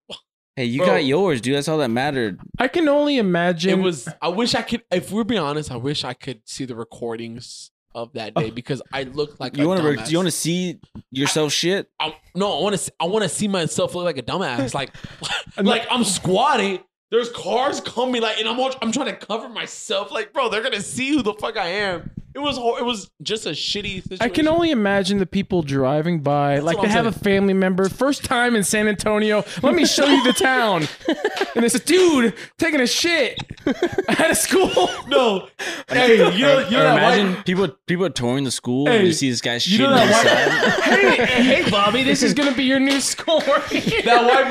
D: Hey, you
C: Bro.
D: got yours, dude. That's all that mattered.
B: I can only
C: it
B: imagine.
C: was I wish I could if we're being honest, I wish I could see the recordings of that day because I looked like
D: Oh. You
C: want
D: want
C: to
D: to you want to see yourself shit?
C: I, no, I want to. I want to see myself look like a dumbass. Like, like I'm squatting. There's cars coming. Like, and I'm all, I'm trying to cover myself. Like, bro, they're gonna see who the fuck I am. It was hor- it was just a shitty situation.
B: I can only imagine the people driving by, like
C: what
B: they
C: I'm
B: have a
C: saying.
B: family member, first time in San Antonio. Let me show you the town. and it's a dude taking a shit at a school.
C: no. Hey, you know, you know
D: Or
C: that
D: imagine
C: white.
D: people people are touring the school
C: Hey,
D: and you see this guy
C: You
D: shitting
C: know
D: on the side.
C: that white.
B: hey, hey, Bobby, this is gonna be your new school.
C: That white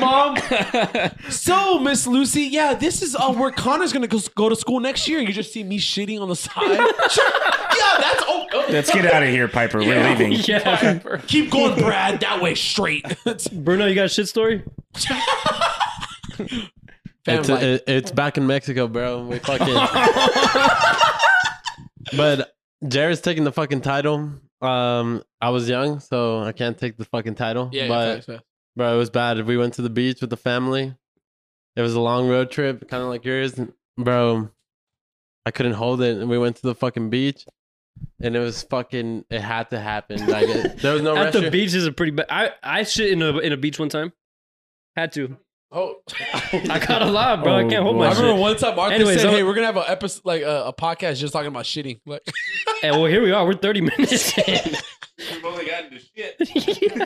C: mom. so, Miss Lucy, yeah, this is uh, where Connor's gonna go, go to school next year. You just see me shitting on the side. Sure. Yeah, that's oh, oh.
D: Let's get out of here, Piper. We're leaving.
A: Yeah.
C: Keep going, Brad. That way straight.
A: Bruno, you got a shit story?
E: It's,
C: life.
E: it- it's back in Mexico, bro. We fucking. but Jared's taking the fucking title. Um, I was young, so I can't take the fucking title.
C: Yeah,
E: but
C: yeah, facts, facts.
E: bro, it was bad. We went to the beach with the family. It was a long road trip, kind of like yours, bro. I couldn't hold it, and we went to the fucking beach, and it was fucking. It had to happen. Like it, there was
D: Oh,
E: no
A: At the
E: restroom.
A: beach is a pretty bad. I I shit in a in a beach one time. Had to.
C: Oh,
A: I got a lot, bro. I
B: Oh,
A: can't hold
B: boy.
A: my
C: I remember
A: shit.
C: one time Arthur
A: Anyways,
C: said,
A: I'm-
C: "Hey, we're gonna have an episode, like uh, a podcast, just talking about shitting." Like,
A: And well, here we are. We're thirty minutes in.
D: We've only gotten to shit.
A: All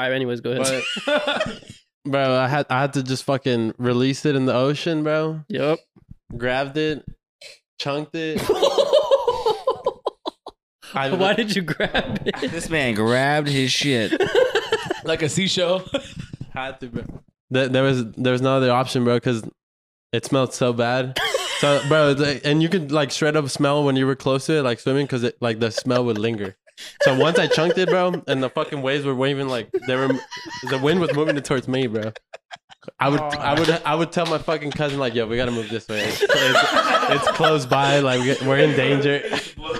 A: right. Anyways, go ahead.
E: But, bro, I had I had to just fucking release it in the ocean, bro.
A: Yep.
E: Grabbed it, chunked it. I,
A: Why did you grab it?
D: This man grabbed his shit.
C: like a seashell.
E: had to, bro. There, there was there was no other option, bro, because it smelled so bad. So, bro, it's like- and you could like straight up smell when you were close to it, like swimming, because it like the smell would linger. So once I chunked it, bro, and the fucking waves were waving like they were, the wind was moving it towards me, bro. I would, I would, I would tell my fucking cousin like, "Yo, we gotta move this way. It's, it's, it's close by. Like we- we're in danger."
C: We're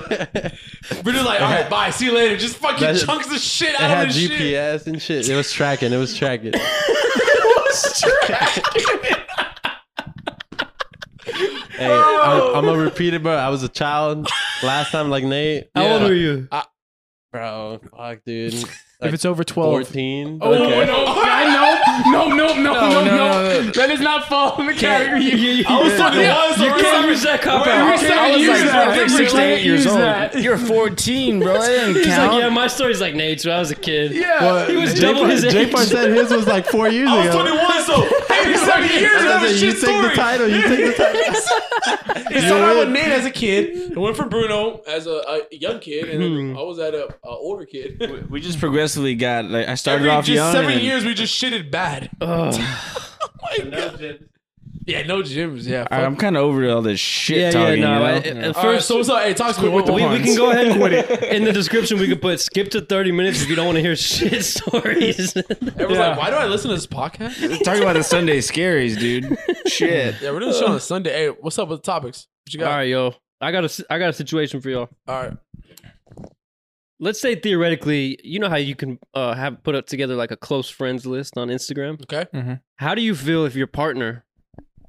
C: just like, "All right, bye, see you later." Just fucking
E: That's-
C: chunks the shit
E: It
C: out
E: had
C: of the shit.
E: GPS and shit. It was tracking. It was tracking. hey, I'm, I'm a repeater, bro. I was a child last time, like Nate.
A: How old
C: Yeah.
A: were you?
E: Bro, fuck, dude.
B: if it's over twelve.
E: 14.
B: Oh no! I know. No, no, no, no, no,
D: no, no.
B: That does not fall in the category. You,
A: I was
C: talking
A: You
C: once, I was
A: can't
C: talking-
A: use that cop
C: Wait,
A: out.
C: wait, I was like, I think
B: six
C: six
B: to
C: to
B: eight years old. That.
D: You're 14, bro. That didn't
A: He's like, yeah,
D: count.
A: my story's like Nate's when I was a kid.
B: Yeah.
A: He was
E: Jay
A: double
E: Far-
A: his
E: Jay
A: age.
E: Far said his was like four years
C: I was
E: ago.
C: 21, so hey, it's like a year to have
E: I
C: a
E: said, you
C: shit
E: take the
C: story.
E: title. You take the title.
C: It started with Nate as a kid. It went from Bruno as a, a young kid, and then I was at a, a older kid.
D: We just progressively got like I started
C: Every
D: off
C: just
D: young.
C: seven
D: and-
C: years, we just shitted bad.
A: Ugh.
C: Like, yeah, no gyms. Yeah,
D: All right, I'm kind of over all this shit
A: Yeah, yeah,
D: talking.
A: no.
D: you know?
A: I-
D: Yeah.
A: At
C: All right,
A: first,
C: so what's up? Hey, talk to me. What the
A: we, we
C: puns?
A: can go ahead and quit it. In the description, we could put skip to 30 minutes if you don't want to hear shit stories.
C: Everyone's
B: Yeah.
C: like, why do I listen to this podcast?
D: Talk about the Sunday scaries, dude. Shit.
C: yeah, we're doing the show on Sunday. Hey, what's up with the topics? What you
A: All
C: got?
A: right, yo. I got a, I got a situation for y'all.
C: All right.
A: let's say theoretically, you know how you can uh, have put up together like a close friends list on Instagram.
C: Okay.
A: How do you feel if your partner,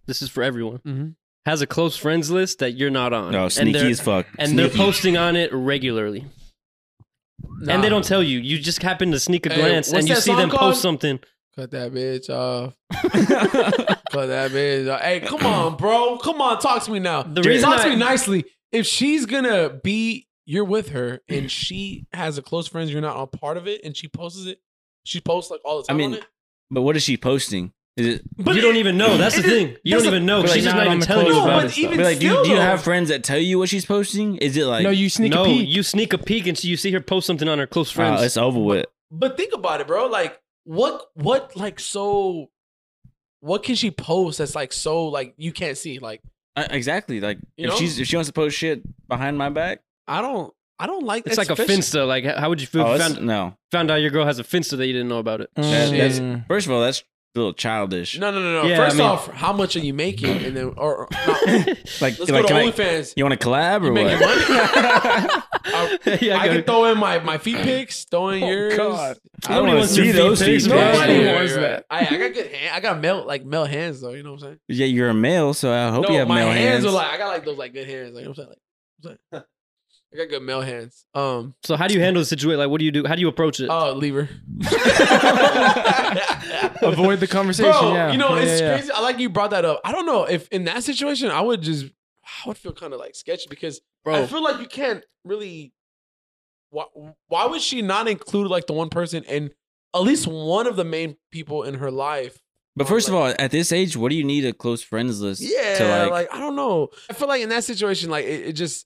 A: this is for everyone,
C: Mhm.
A: has a close friends list that you're not on?
D: No,
A: And
D: sneaky
A: they're-
D: as fuck.
A: and
D: sneaky.
A: they're posting on it regularly,
C: Nah.
A: and they don't tell you. You just happen to sneak a
C: Hey,
A: glance,
C: what's
A: and you
C: that
A: see them
C: song called?
A: post something.
C: Cut that bitch off. Cut that bitch off. Hey, come on, bro. Come on, talk to me now.
A: The
C: Dude,
A: reason
C: talk to
A: I-
C: me nicely. If she's gonna be you're with her and she has a close friends, you're not a part of it, and she posts it. She posts like all the
D: I
C: time.
D: mean,
C: on it.
D: But what is she posting? Is it
A: you don't even know. That's the
C: it-
A: thing. You don't
C: doesn't-
A: even know.
D: But
A: She's
D: like
A: just
D: not
A: not
D: on
A: even
D: the
A: telling you
D: close
A: about
C: no,
A: it.
C: but even
D: but like, do
C: still,
D: you, do you have
C: though,
D: friends that tell you what she's posting? Is it like
B: no, you sneak
A: no,
B: a peek.
A: you sneak a peek and you see her post something on her close
D: "Oh,
A: friends.
D: it's over with?
C: but think about it, bro. Like, what, what, like, so, what can she post that's like so, like, you can't see? Like,
D: Uh, exactly. Like
C: You
D: if
C: know?
D: she's if she wants to post shit behind my back,
C: I don't, I don't like.
A: it's
C: that's
A: like a
C: fishy.
A: finsta. Like, how would you feel
D: oh,
A: if you
D: it's-
A: found,
D: no.
A: found out your girl has a finsta that you didn't know about it?
D: That- that's-
B: Mm.
D: First of all, that's a little childish.
C: No, no, no, no.
A: Yeah,
C: First
A: I mean-
C: off, how much are you making? And then, or, or no,
D: Like,
C: let's
D: like
C: go to
D: can I-
C: OnlyFans.
D: you want to collab or
C: You making
D: what?
C: money? I,
A: yeah,
C: I
A: go-
C: can throw in my, my feet pics, throw in yours.
B: God.
D: I don't want to
A: wants
D: see
A: your feet
D: those
A: pics,
D: feet.
A: man.
D: pics.
B: Nobody
D: Yeah.
B: wants- that.
C: I, I got good hand. I got male like male hands though. You know what I'm saying?
D: Yeah, you're a male, so I hope
C: no,
D: you have
C: my
D: male hands.
C: are like I got like those like good hands. Like you know what I'm saying, like, you know what I'm saying? I got good male hands. Um,
A: So how do you handle the situation? Like, what do you do? How do you approach it?
C: oh, lever.
B: Avoid the conversation.
C: Bro,
B: yeah.
C: you know
B: Yeah,
C: it's
B: yeah, yeah.
C: crazy. I like you brought that up. I don't know if in that situation I would just I would feel kind of like sketchy because I
A: Bro,
C: feel like you can't really. Why, why would she not include like the one person and at least one of the main people in her life?
D: but first of all, at this age, what do you need a close friends list?
C: Yeah,
D: to like,
C: like, I don't know. I feel like in that situation, like it, it just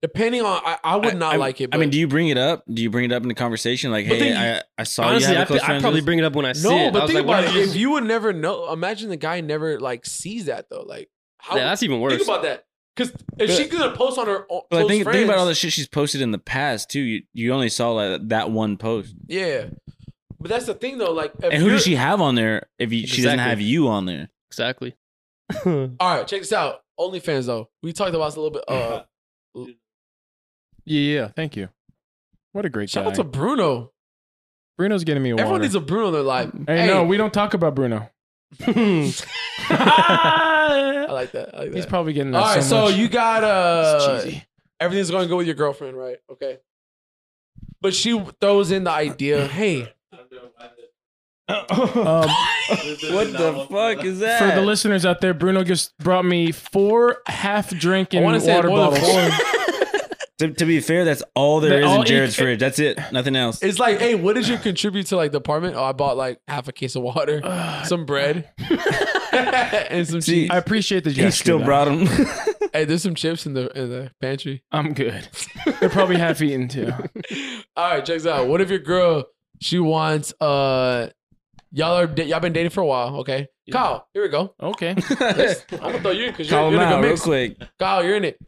C: depending on I, I would not
D: I-
C: like it.
D: I mean, do you bring it up? Do you bring it up in the conversation? Like,
C: But
D: hey,
C: then you-
D: I, I saw you
A: honestly,
D: have
A: I,
D: a close
A: I
D: friends
A: probably
D: list.
A: bring it up when I see
C: no,
A: it. I
C: but
A: was like,
C: think
A: what
C: about it.
A: is-
C: If you would never know, imagine the guy never like sees that though. Like how
A: yeah, that's even
C: think
A: worse.
C: about that? Because if
D: But-
C: she's gonna post on her o-
D: But, like,
C: close
D: think,
C: friends,
D: think about all the shit she's posted in the past too. You you only saw like that one post.
C: yeah. But that's the thing though. Like, if
D: And who
C: you're-
D: does she have on there? If you, she doesn't
A: Exactly.
D: have you on there,
A: Exactly.
C: All right, check this out. OnlyFans though, we talked about this a little bit. Uh,
B: Yeah, yeah. Thank you. What a great
C: shout
B: guy.
C: out to Bruno.
B: Bruno's getting me a
C: Everyone
B: water.
C: needs a Bruno in their life.
B: hey, no, we don't talk about Bruno.
C: I like that. I like
B: He's
C: that.
B: probably getting that.
C: All right, so,
B: so, much.
C: you got
B: It's
C: uh,
B: cheesy.
C: everything's going to go with your girlfriend, right? Okay, but she throws in the idea. Hey,
B: Um,
D: what the fuck is that?
B: for the listeners out there, Bruno just brought me four half drinking
C: I want
B: water
C: to say more than
B: bottles.
C: four.
D: to, to be fair, that's all there
B: They're
D: is
B: all
D: in Jared's
B: equal.
D: fridge. That's it. Nothing else.
C: It's like, hey, what did you contribute to like the apartment? Oh, I bought like half a case of water, some bread, and some
D: See,
C: cheese.
B: I appreciate the gesture.
D: he still
B: though.
D: brought him.
C: Hey, there's some chips in the in the pantry.
B: I'm good. They're probably half eaten too.
C: All right, check this out. What if your girl she wants uh y'all are da- y'all been dating for a while, okay? Kyle, here we go.
B: Okay.
C: I'm gonna throw you because you're, you're
D: Call him
C: in a
D: out
C: good
D: real
C: mix.
D: quick.
C: Kyle, you're in it.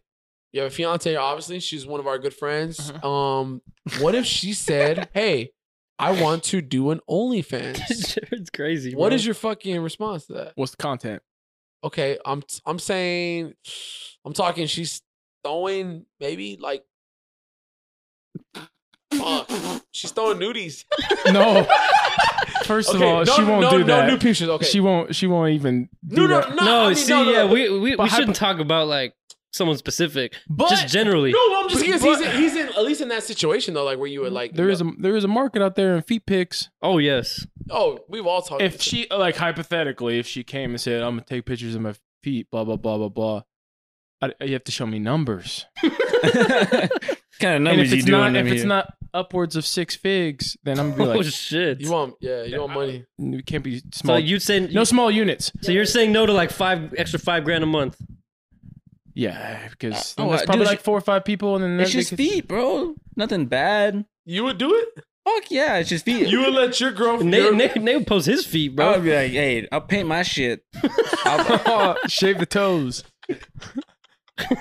C: You have a fiance, obviously. She's one of our good friends. Um, what if she said, "Hey, I want to do an OnlyFans."
A: it's crazy.
C: What
A: bro.
C: is your fucking response to that?
B: What's the content?
C: Okay, I'm I'm saying, I'm talking. She's throwing maybe like, fuck, she's throwing nudies.
B: No. First of
C: Okay,
B: all,
C: no,
B: she won't
C: no,
B: do
C: no
B: that.
C: new pictures. Okay,
B: She won't. She won't even.
C: no,
B: Do
C: no,
B: that.
C: no,
A: No,
C: I mean,
A: see,
C: no, no,
A: yeah,
C: no.
A: we we,
B: But
A: we
B: hypo-
A: shouldn't talk about like someone specific.
B: But-
A: just generally.
C: No, I'm just because
B: But-
C: he's in, he's in at least in that situation though, like where you would like
B: There is a there is a market out there in feet pics.
A: Oh yes.
C: oh we've all talked
B: If she like hypothetically, if she came and said, "I'm gonna take pictures of my feet," blah blah blah blah blah. I, you have to show me numbers.
D: kind of
B: And
D: numbers
B: if
D: you
B: it's
D: doing
B: not if
D: in
B: it's
D: here?
B: not upwards of six figs, then I'm gonna
A: oh
B: be like,
A: shit.
C: you want yeah you want money
B: "You can't be
A: so
B: small.
A: you'd say
B: no small units."
A: So you're saying no to like five extra five grand a month.
B: Yeah, because
D: Uh, oh,
B: that's
D: uh,
B: probably
D: dude,
B: like
D: she-
B: four or five people, and then
D: It's
B: that- they
D: just
B: could-
D: feet, bro. Nothing bad.
C: you would do it
D: Fuck yeah, it's just feet.
C: you would let your girlfriend
A: Nate,
C: your-
A: Nate, Nate would post his feet,
C: Oh,
D: I
A: bro.
D: would be like, hey, I'll paint my shit. I'll-
B: Shave the toes.
D: but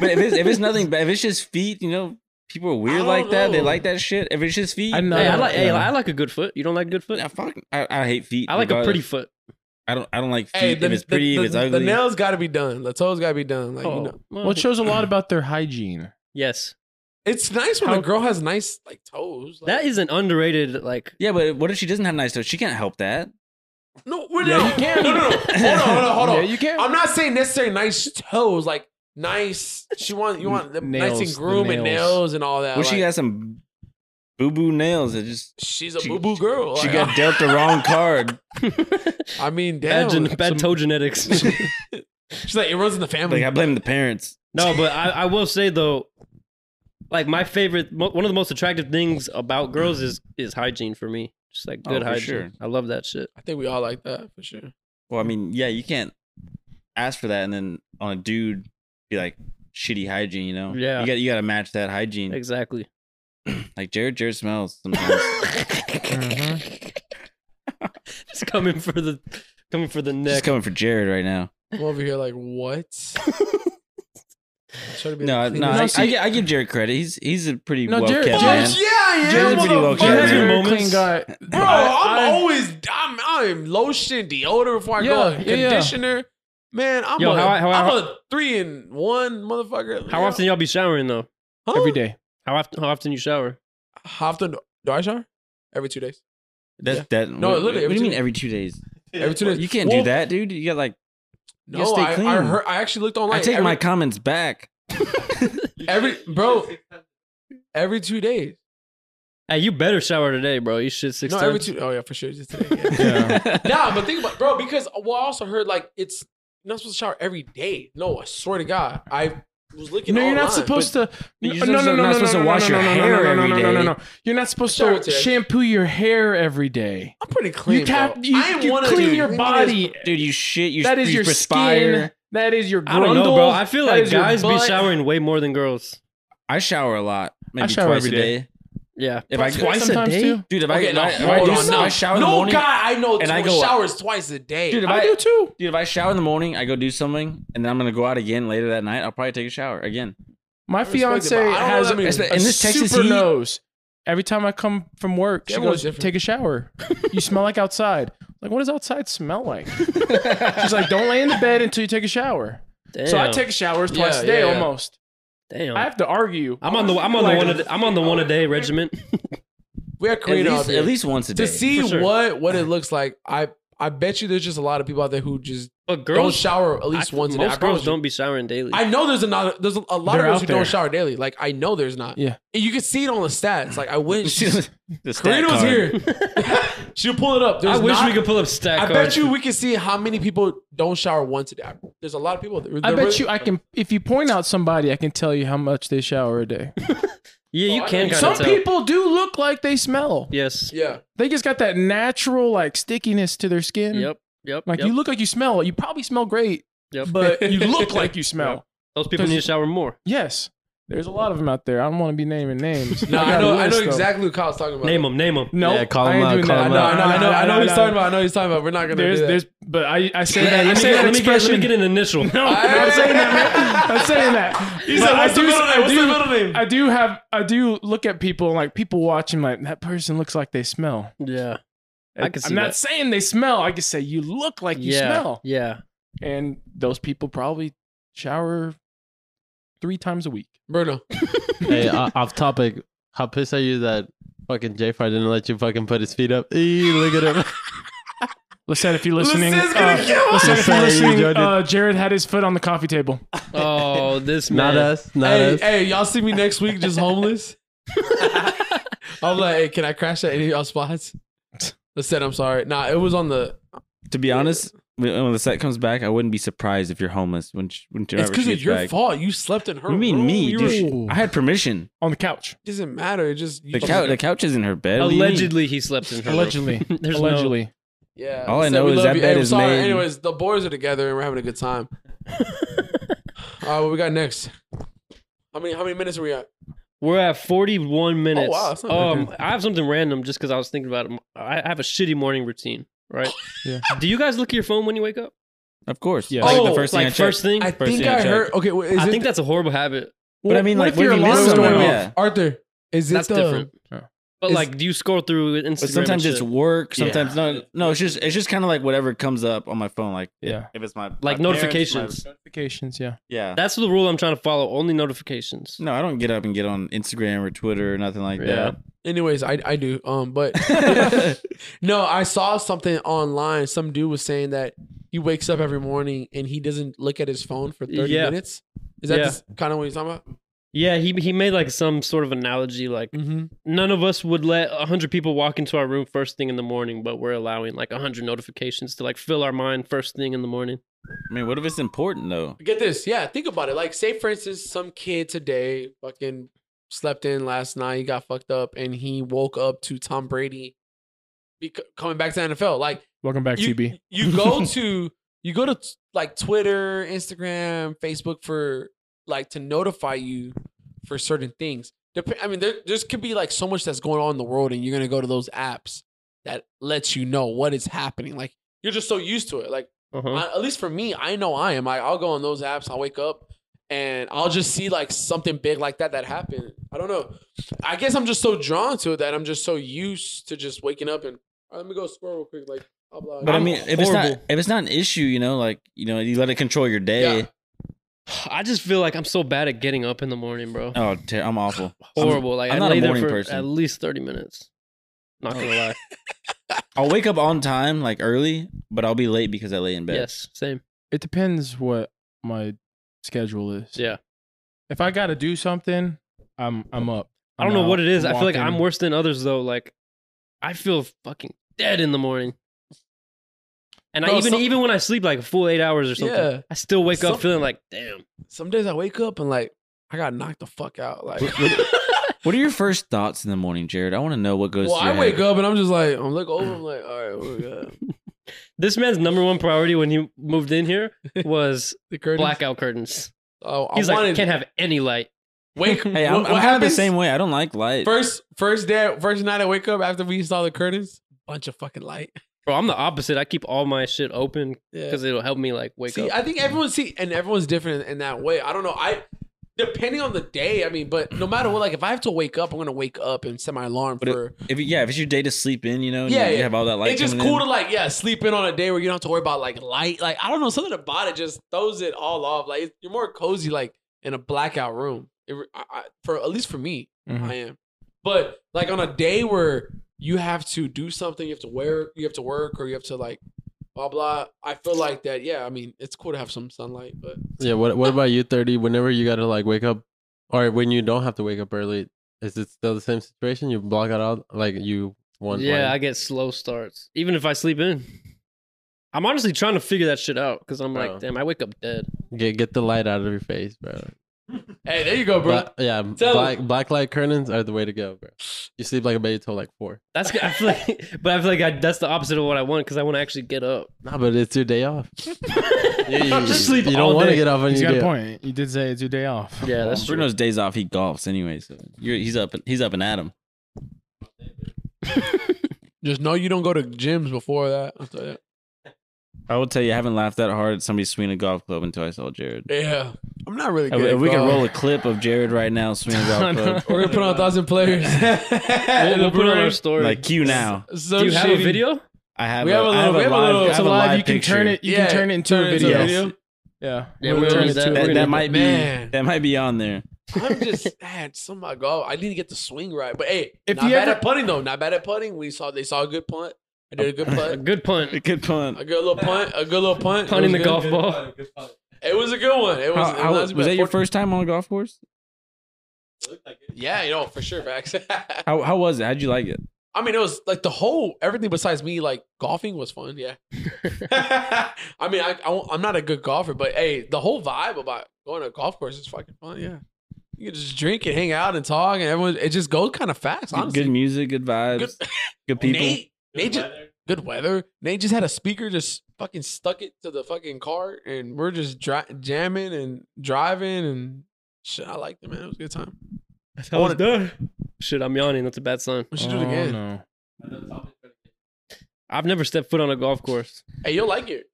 D: if it's, if it's nothing bad, if it's just feet, you know, people are
C: I
D: weird
C: don't
D: like that. They
C: know.
D: like that shit. If it's just feet,
B: I know.
A: hey, I like, hey,
B: Yeah.
A: I like a good foot. You don't like good foot?
D: I, fuck, I, I hate feet.
A: I like a
D: regardless.
A: pretty foot.
D: I don't. I don't like feet.
C: Hey, the,
D: if it's
C: the-
D: pretty,
C: the,
D: if it's
C: the
D: ugly.
C: nails
B: Oh.
C: got to be done. The toes got to be done. Like you know,
A: Oh, well,
B: Well, it shows a lot about their hygiene.
A: yes.
C: It's nice when
B: How-
C: a girl has nice like toes. Like,
A: That is an underrated like.
D: Yeah, but what if she doesn't have nice toes? She can't help that.
C: no, wait,
B: Yeah,
C: no,
B: you can.
C: no, no, no. Hold on, hold on, hold on.
B: Yeah, you can.
C: I'm not saying necessarily nice toes. Like nice, she want you want them
B: Nails,
C: nice and
B: the
C: groom and
B: nails.
C: nails and all that.
D: What if
C: like,
D: she got some boo boo nails that just
C: She's a
D: she-
C: boo boo girl.
D: she
C: like,
D: got dealt the wrong card.
C: I mean, damn.
A: Bad, gen- bad toe genetics.
C: She's like, it runs in the family.
D: Like I blame the parents.
A: no, but I, I will say though, like my favorite, mo- one of the most attractive things about girls is is hygiene for me. Just like
D: Oh,
A: good
D: for
A: hygiene.
D: sure.
A: I love that shit.
C: I think we all like that for sure.
D: Well, I mean, yeah, you can't ask for that and then on a dude be like shitty hygiene, you know?
A: Yeah.
D: You got you got to match that hygiene.
A: Exactly.
D: Like Jared, Jared smells sometimes.
B: Mm-hmm.
A: Just coming for the coming for the
D: Just
A: neck.
D: coming for Jared right now.
C: I'm over here like, what? Try to be
D: No, I-
C: the
D: no,
C: cleanest.
B: see-
D: I, I, gi- I give Jared credit. He's he's a pretty
B: No,
D: well
B: Jared-
D: kept
C: Fuck
B: Jared-
D: man.
C: Oh, yeah, I am.
D: Jared's pretty well
C: motherfucker.
B: You
D: kept,
B: have
D: man.
B: your
A: moments.
B: clean guy.
C: Bro, I'm always I'm I'm lotion, deodorant before I go
B: Yeah, yeah,
C: out,
B: yeah.
C: conditioner. Man, I'm
A: Yo,
C: a,
A: how I- how I-
C: am a three in one motherfucker.
A: How often y'all be showering though?
C: Huh?
B: every day.
A: How often? How often you shower?
C: How often do I shower? Every two days.
D: That's
C: Yeah.
D: that.
C: No,
D: what,
C: literally every
D: what do you
C: two
D: mean
C: days.
D: every two days?
C: Every two days.
D: You can't
C: Well,
D: do that, dude. You got like.
C: No,
D: gotta stay
C: I,
D: clean.
C: I heard. I actually looked online.
D: I take
C: every,
D: my comments back.
C: every bro. Every two days.
A: Hey, you better shower today, bro. You shit six
C: no,
A: times.
C: every two. Oh yeah, for sure. Just today. Yeah.
D: Yeah.
C: nah, but think about bro, because well, I also heard like it's you're not supposed to shower every day. No, I swear to God, I was looking.
B: No, you're not supposed to.
D: You're
B: No,
D: just
B: no,
D: not
B: no, no,
D: supposed to
B: no, no,
D: wash
B: no, no,
D: your
B: no,
D: hair
B: no, no,
D: every
B: no, no, no,
D: day.
B: no. You're not supposed
C: Shower
B: to
C: today.
B: shampoo your hair every day.
C: I'm pretty clean.
B: you tap.
C: bro.
B: You,
C: I ain't
B: you
C: one of
B: clean
C: these-
B: your body.
D: Dude, you shit. You,
B: that is
D: you
B: your
D: perspire.
B: skin. That is your
A: I
B: grundle.
A: don't know, bro. I feel
B: That
A: like
B: is your
A: guys be
B: butt.
A: showering way more than girls.
D: I shower a lot. Maybe
B: shower
D: twice
B: every
D: a
B: day.
D: day.
A: Yeah.
D: If I
B: Sometimes too.
D: dude, if I
C: Okay,
D: if
C: no,
D: I, if I
C: hold
D: do
C: on,
D: something,
C: no.
D: I shower in the
C: No
D: morning.
C: guy I know
D: and I
C: tw-
D: go-
C: showers twice a day.
D: Dude, if
B: I
D: I,
B: do too.
D: dude, if I shower in the morning, I go do something, and then I'm gonna go out again later that night. I'll probably take a shower again.
B: My
C: respect it, but I
B: fiance
C: don't know
B: has
C: what
B: a,
C: that means.
B: a
D: In this Texas
B: super
D: heat-
B: nose. Every time I come from work, she
C: Everyone's
B: goes,
C: different.
B: "Take a shower. you smell like outside." Like, what does outside smell like? She's like, "Don't lay in the bed until you take a shower."
A: Damn.
B: So I take showers twice
C: Yeah,
B: a day
C: yeah, yeah.
B: almost.
A: Damn.
B: I have to argue.
A: I'm on the I'm on the
B: Like-
A: one a day, I'm on the one a day regiment.
C: we are
D: At
C: clean out
D: least,
C: there.
D: at least once a day.
C: to see
A: for sure.
C: what what it looks like. I I bet you there's just a lot of people out there who just
A: But
C: don't
A: girls
C: shower at least
A: I-
C: once a day. I
A: Most
C: promise
A: girls
C: you.
A: don't be showering daily.
C: I know there's another there's a, a lot
B: They're
C: of girls
B: out
C: who
B: there.
C: don't shower daily. Like I know there's not.
B: Yeah.
C: And you can see it on the stats. Like I wish
D: the stat
C: Karina was
D: card.
C: here. She'll pull it up.
A: I
C: There's
A: wish
C: not-
A: we could pull up stat
C: I
A: cards.
C: bet you we can see how many people don't shower once a day. There's a lot of people. That,
B: I bet you I can. If you point out somebody, I can tell you how much they shower a day.
A: Yeah, you
C: Oh, I
A: can
C: know.
A: kind
B: Some
A: of tell.
B: people do look like they smell.
A: Yes.
C: Yeah.
B: They just got that natural like stickiness to their skin.
A: Yep. Yep.
B: Like
A: yep,
B: you look like you smell. You probably smell great,
A: Yep.
B: but you look like you smell.
A: Those people
B: 'cause-
A: need to shower more.
B: Yes. There's a lot of them out there. I don't want to be naming names.
C: No, I
B: got a
C: know. I know
B: list, though.
C: exactly what Kyle's talking about.
A: Name them. Name them.
B: No,
E: Yeah, call
B: I
E: 'em
B: ain't
E: out,
B: doing
E: call
B: that.
C: I
E: 'em
C: know.
E: out.
C: I know. I know. I know
B: No,
C: what he's
B: no,
C: talking
B: no.
C: about. I know what he's talking about. We're not gonna
B: There's,
C: do that.
B: there's, but I, I say
A: Let
B: that.
A: me,
B: I say
A: get,
B: that
A: let, me get, let me
B: expression.
A: get an initial.
B: No, I'm saying that. man. I'm saying that.
C: He
B: But
C: said,
B: I
C: "What's the
B: do-
C: middle
B: I
C: name? What's the
B: do-
C: middle name?"
B: I do have. I do look at people like people watching. Like that person looks like they smell.
A: Yeah. I can see
B: I'm not
A: that.
B: saying they smell. I can say you look like you
A: yeah.
B: smell.
A: Yeah.
B: And those people probably shower three times a week.
C: Bruno.
E: hey, o- off topic. How pissed are you that fucking J Fry didn't let you fucking put his feet up? Eee, look at him.
B: Lissette, if you're listening,
C: Lissette's gonna
B: uh,
C: kill
B: Lissette,
C: us.
B: if you're
E: Sorry,
B: listening,
E: Jordan.
B: uh, Jared had his foot on the coffee table.
A: Oh, this man.
E: Not us. Not
C: Hey,
E: us.
C: hey, y'all see me next week just homeless? I'm like, hey, can I crash at any of y'all spots? I said I'm sorry. Nah, it was on the.
D: To be honest, when when the set comes back, I wouldn't be surprised if you're homeless when she- when
C: It's
D: whenever
C: because
D: she
C: of
D: gets
C: your
D: back.
C: fault. You slept in her.
D: What do you mean,
C: room.
D: me,
C: You
D: dude?
C: Were,
D: I had permission.
B: On the couch,
C: it doesn't matter. It just you
D: The
C: just-
D: couch, the couch isn't her bed. What do you mean?
A: Allegedly, he slept in her. room.
B: allegedly.
A: There's no-
B: allegedly.
C: Yeah.
D: All I
C: Said
D: know
C: we
D: is
C: love
D: that
C: you.
D: bed
C: Hey,
D: is
C: sorry.
D: made-
C: Anyways, the boys are together and we're having a good time. All right, what we got next? How many how many minutes are we at?
A: We're at 41 minutes.
C: wow, that's not
A: um,
C: bad.
A: I have something random just because I was thinking about it. I I have a shitty morning routine, right?
B: Yeah.
A: Do you guys look at your phone when you wake up?
D: Of course.
B: Yeah.
D: Like
C: Oh,
D: the first thing I
A: like first
D: checked.
A: thing?
C: I
A: I,
D: First
C: think
D: thing I
C: I
D: checked.
C: heard. Okay, wait, is it?
A: think that's a horrible habit.
D: But I mean,
B: What
D: like,
B: if
D: what
B: your
D: if you
B: alarm's
D: miss
B: going
D: someone?
B: off?
D: Yeah.
C: Arthur, is it um,
A: That's
C: the
A: different. But
D: It's-
A: like, do you scroll through Instagram?
D: But sometimes
A: and
D: it's
A: shit?
D: work. Sometimes no, no. It's just it's just kind of like whatever comes up on my phone. Like
B: Yeah.
D: if it's my my
A: like
D: parents,
A: notifications.
B: Notifications, yeah.
D: my- yeah.
A: That's the rule I'm trying to follow. Only notifications.
D: no, I don't get up and get on Instagram or Twitter or nothing like
A: Yeah.
C: Anyways, I I do. Um, but
D: that.
C: no, I saw something online. Some dude was saying that he wakes up every morning and he doesn't look at his phone for thirty
A: Yeah.
C: minutes. Is that
A: Yeah.
C: kind of what he's talking about?
A: Yeah, he he made like some sort of analogy. Like
C: Mm-hmm.
A: none of us would let hundred people walk into our room first thing in the morning, but we're allowing like hundred notifications to like fill our mind first thing in the morning.
D: I mean, what if it's important though?
C: Get this. Yeah, think about it. Like, say for instance, some kid today fucking slept in last night. He got fucked up, and he woke up to Tom Brady bec- coming back to the NFL. Like,
B: Welcome back,
C: you,
B: TB.
C: you go to you go to like Twitter, Instagram, Facebook for like to notify you for certain things. Dep- I mean, there there's could be like so much that's going on in the world, and you're gonna go to those apps that lets you know what is happening. Like, you're just so used to it. Like.
A: Uh-huh.
C: I, at least for me, I know I am. I, I'll go on those apps. I'll wake up and I'll just see like something big like that that happened. I don't know. I guess I'm just so drawn to it that I'm just so used to just waking up and "All right, let me go scroll real quick. Like, blah, blah.
D: But i
C: I'm-
D: mean, if it's not
A: horrible.
D: if it's not an issue, you know, like you know, you let it control your day.
C: Yeah.
A: I just feel like I'm so bad at getting up in the morning, bro.
D: Oh, ter- I'm awful.
A: Horrible. like
D: I'm
A: i
D: not a
A: lay there
D: morning
A: for
D: person. Oh,
A: at least thirty minutes. Not gonna lie.
D: I'll wake up on time, like early, but I'll be late because I lay in bed.
A: yes, same.
B: It depends what my schedule is.
A: Yeah.
B: If I gotta do something, I'm I'm up.
A: I don't know what it is. I feel like I'm worse than others though. Like I feel fucking dead in the morning. And I
C: Bro,
A: even
C: some-
A: even when I sleep like a full eight hours or something,
C: Yeah.
A: I still wake up
C: Some-
A: feeling like, damn.
C: Some days I wake up and like, I got knocked the fuck out. Like,
D: What are your first thoughts in the morning, Jared? I want to know what goes.
C: well,
D: through your
C: I wake
D: head.
C: up and I'm just like, I'm look over. I'm like, all right, what we got?
A: This man's number one priority when he moved in here was
C: The curtains.
A: blackout curtains.
C: Oh, I
A: He's like,
C: wanted
A: can't have any light.
C: wake.
D: Hey, I'm,
C: what,
D: I'm
C: what
D: kind of the
C: happens?
D: same way. I don't like light.
C: First, first day, first night I wake up after we saw the curtains, bunch of fucking light.
A: Bro, I'm the opposite. I keep all my shit open
C: Yeah.
A: because it'll help me like wake
C: see,
A: up.
C: I think everyone see, and everyone's different in, in that way. I don't know. I depending on the day. I mean, but no matter what, like if I have to wake up, I'm gonna wake up and set my alarm
D: But it-
C: for.
D: if yeah, if it's your day to sleep in, you know, and
C: Yeah,
D: you, you
C: yeah.
D: have all that light.
C: it's just
D: coming
C: cool
D: in.
C: to like yeah sleep in on a day where you don't have to worry about like light. Like I don't know something about it just throws it all off. Like you're more cozy like in a blackout room. It, re- I, I, for at least for me,
D: Mm-hmm.
B: Mhm.
C: I am. But like on a day where you have to do something, you have to wear, you have to work, or you have to like blah blah. I feel like that. Yeah, I mean it's cool to have some sunlight, but.
E: Yeah. What What about you, thirty? Whenever you gotta like wake up, or when you don't have to wake up early, is it still the same situation? You block it out like you want.
A: yeah, I
E: like-
A: get slow starts. Even if I sleep in. I'm honestly trying to figure that shit out because I'm
E: Bro.
A: like, damn, I wake up dead.
E: get get the light out of your face, bro.
C: Hey, there you go, bro.
E: Bla- yeah,
C: Tell
E: black black light curtains are the way to go, bro. You sleep like a baby till like four.
A: That's I feel like, but I feel like I, that's the opposite of what I want because I want to actually get up.
E: Nah, but it's your day off. you, you-
A: Just sleep
E: You
A: all
E: don't want to
A: day.
E: get off on
B: He's
E: your
B: got
E: day.
B: a
E: off.
B: point. You did say it's your day off.
A: Yeah,
D: Well, Bruno's days off. He golfs anyway, so you're, he's up. He's up and at him.
C: Just know you don't go to gyms before that. I'll tell you.
D: I will tell you, I haven't laughed that hard at somebody swinging a golf club until I saw Jared.
C: Yeah, I'm not really
D: If,
C: good.
D: if we can
C: bro.
D: roll a clip of Jared right now swinging a golf club,
C: we're gonna put on a thousand players.
A: We'll, we'll put it on our story.
D: like cue now.
C: so
A: do you have a
C: shitty.
A: video?
D: I have.
C: We have a
D: I
C: little- we have a
D: live-
C: little-
D: I
B: It's
D: have a
B: alive.
D: live
B: You can turn
D: picture.
B: it. You
C: Yeah,
B: can turn it into
C: turn
B: a
C: it into
B: video.
D: a
C: video.
B: Yeah.
A: Yeah,
B: We'll
A: we'll
B: turn
A: use
B: it to
A: that.
B: a
D: That,
B: video.
D: that might be.
C: Man.
D: That might be on there.
C: I'm just man, some my golf. I need to get the swing right, but hey,
B: If
C: not
B: you
C: bad
B: ever-
C: at putting though. Not bad at putting. We saw they saw a good punt. I did a good
A: A
C: punt.
A: good punt.
D: Good punt.
C: A good little punt. A good little punt. It
A: Punting the
C: was good.
A: golf ball.
C: It was a good one. It was.
D: How-
C: it
D: how-
C: was,
D: was that your first time on a golf course?
C: Yeah, you know for sure, Max.
D: How how was it? How'd you like it?
C: I mean, it was like the whole everything besides me like golfing was fun. Yeah. I mean, I, I am not a good golfer, but hey, the whole vibe about going to a golf course is fucking fun. Yeah. You can just drink and hang out and talk, and everyone it just goes kind of fast.
D: Good-
C: Honestly,
D: Good music, good vibes, good, people.
C: Nate, Nate just, good weather. Nate just had a speaker just fucking stuck it to the fucking car, and we're just dri- jamming and driving and shit. I liked it, man. It was a good time.
A: That's how it's done. Shit, I'm yawning. That's a bad sign.
C: We should do it again.
B: no.
A: I've never stepped foot on a golf course.
C: Hey, you'll like it.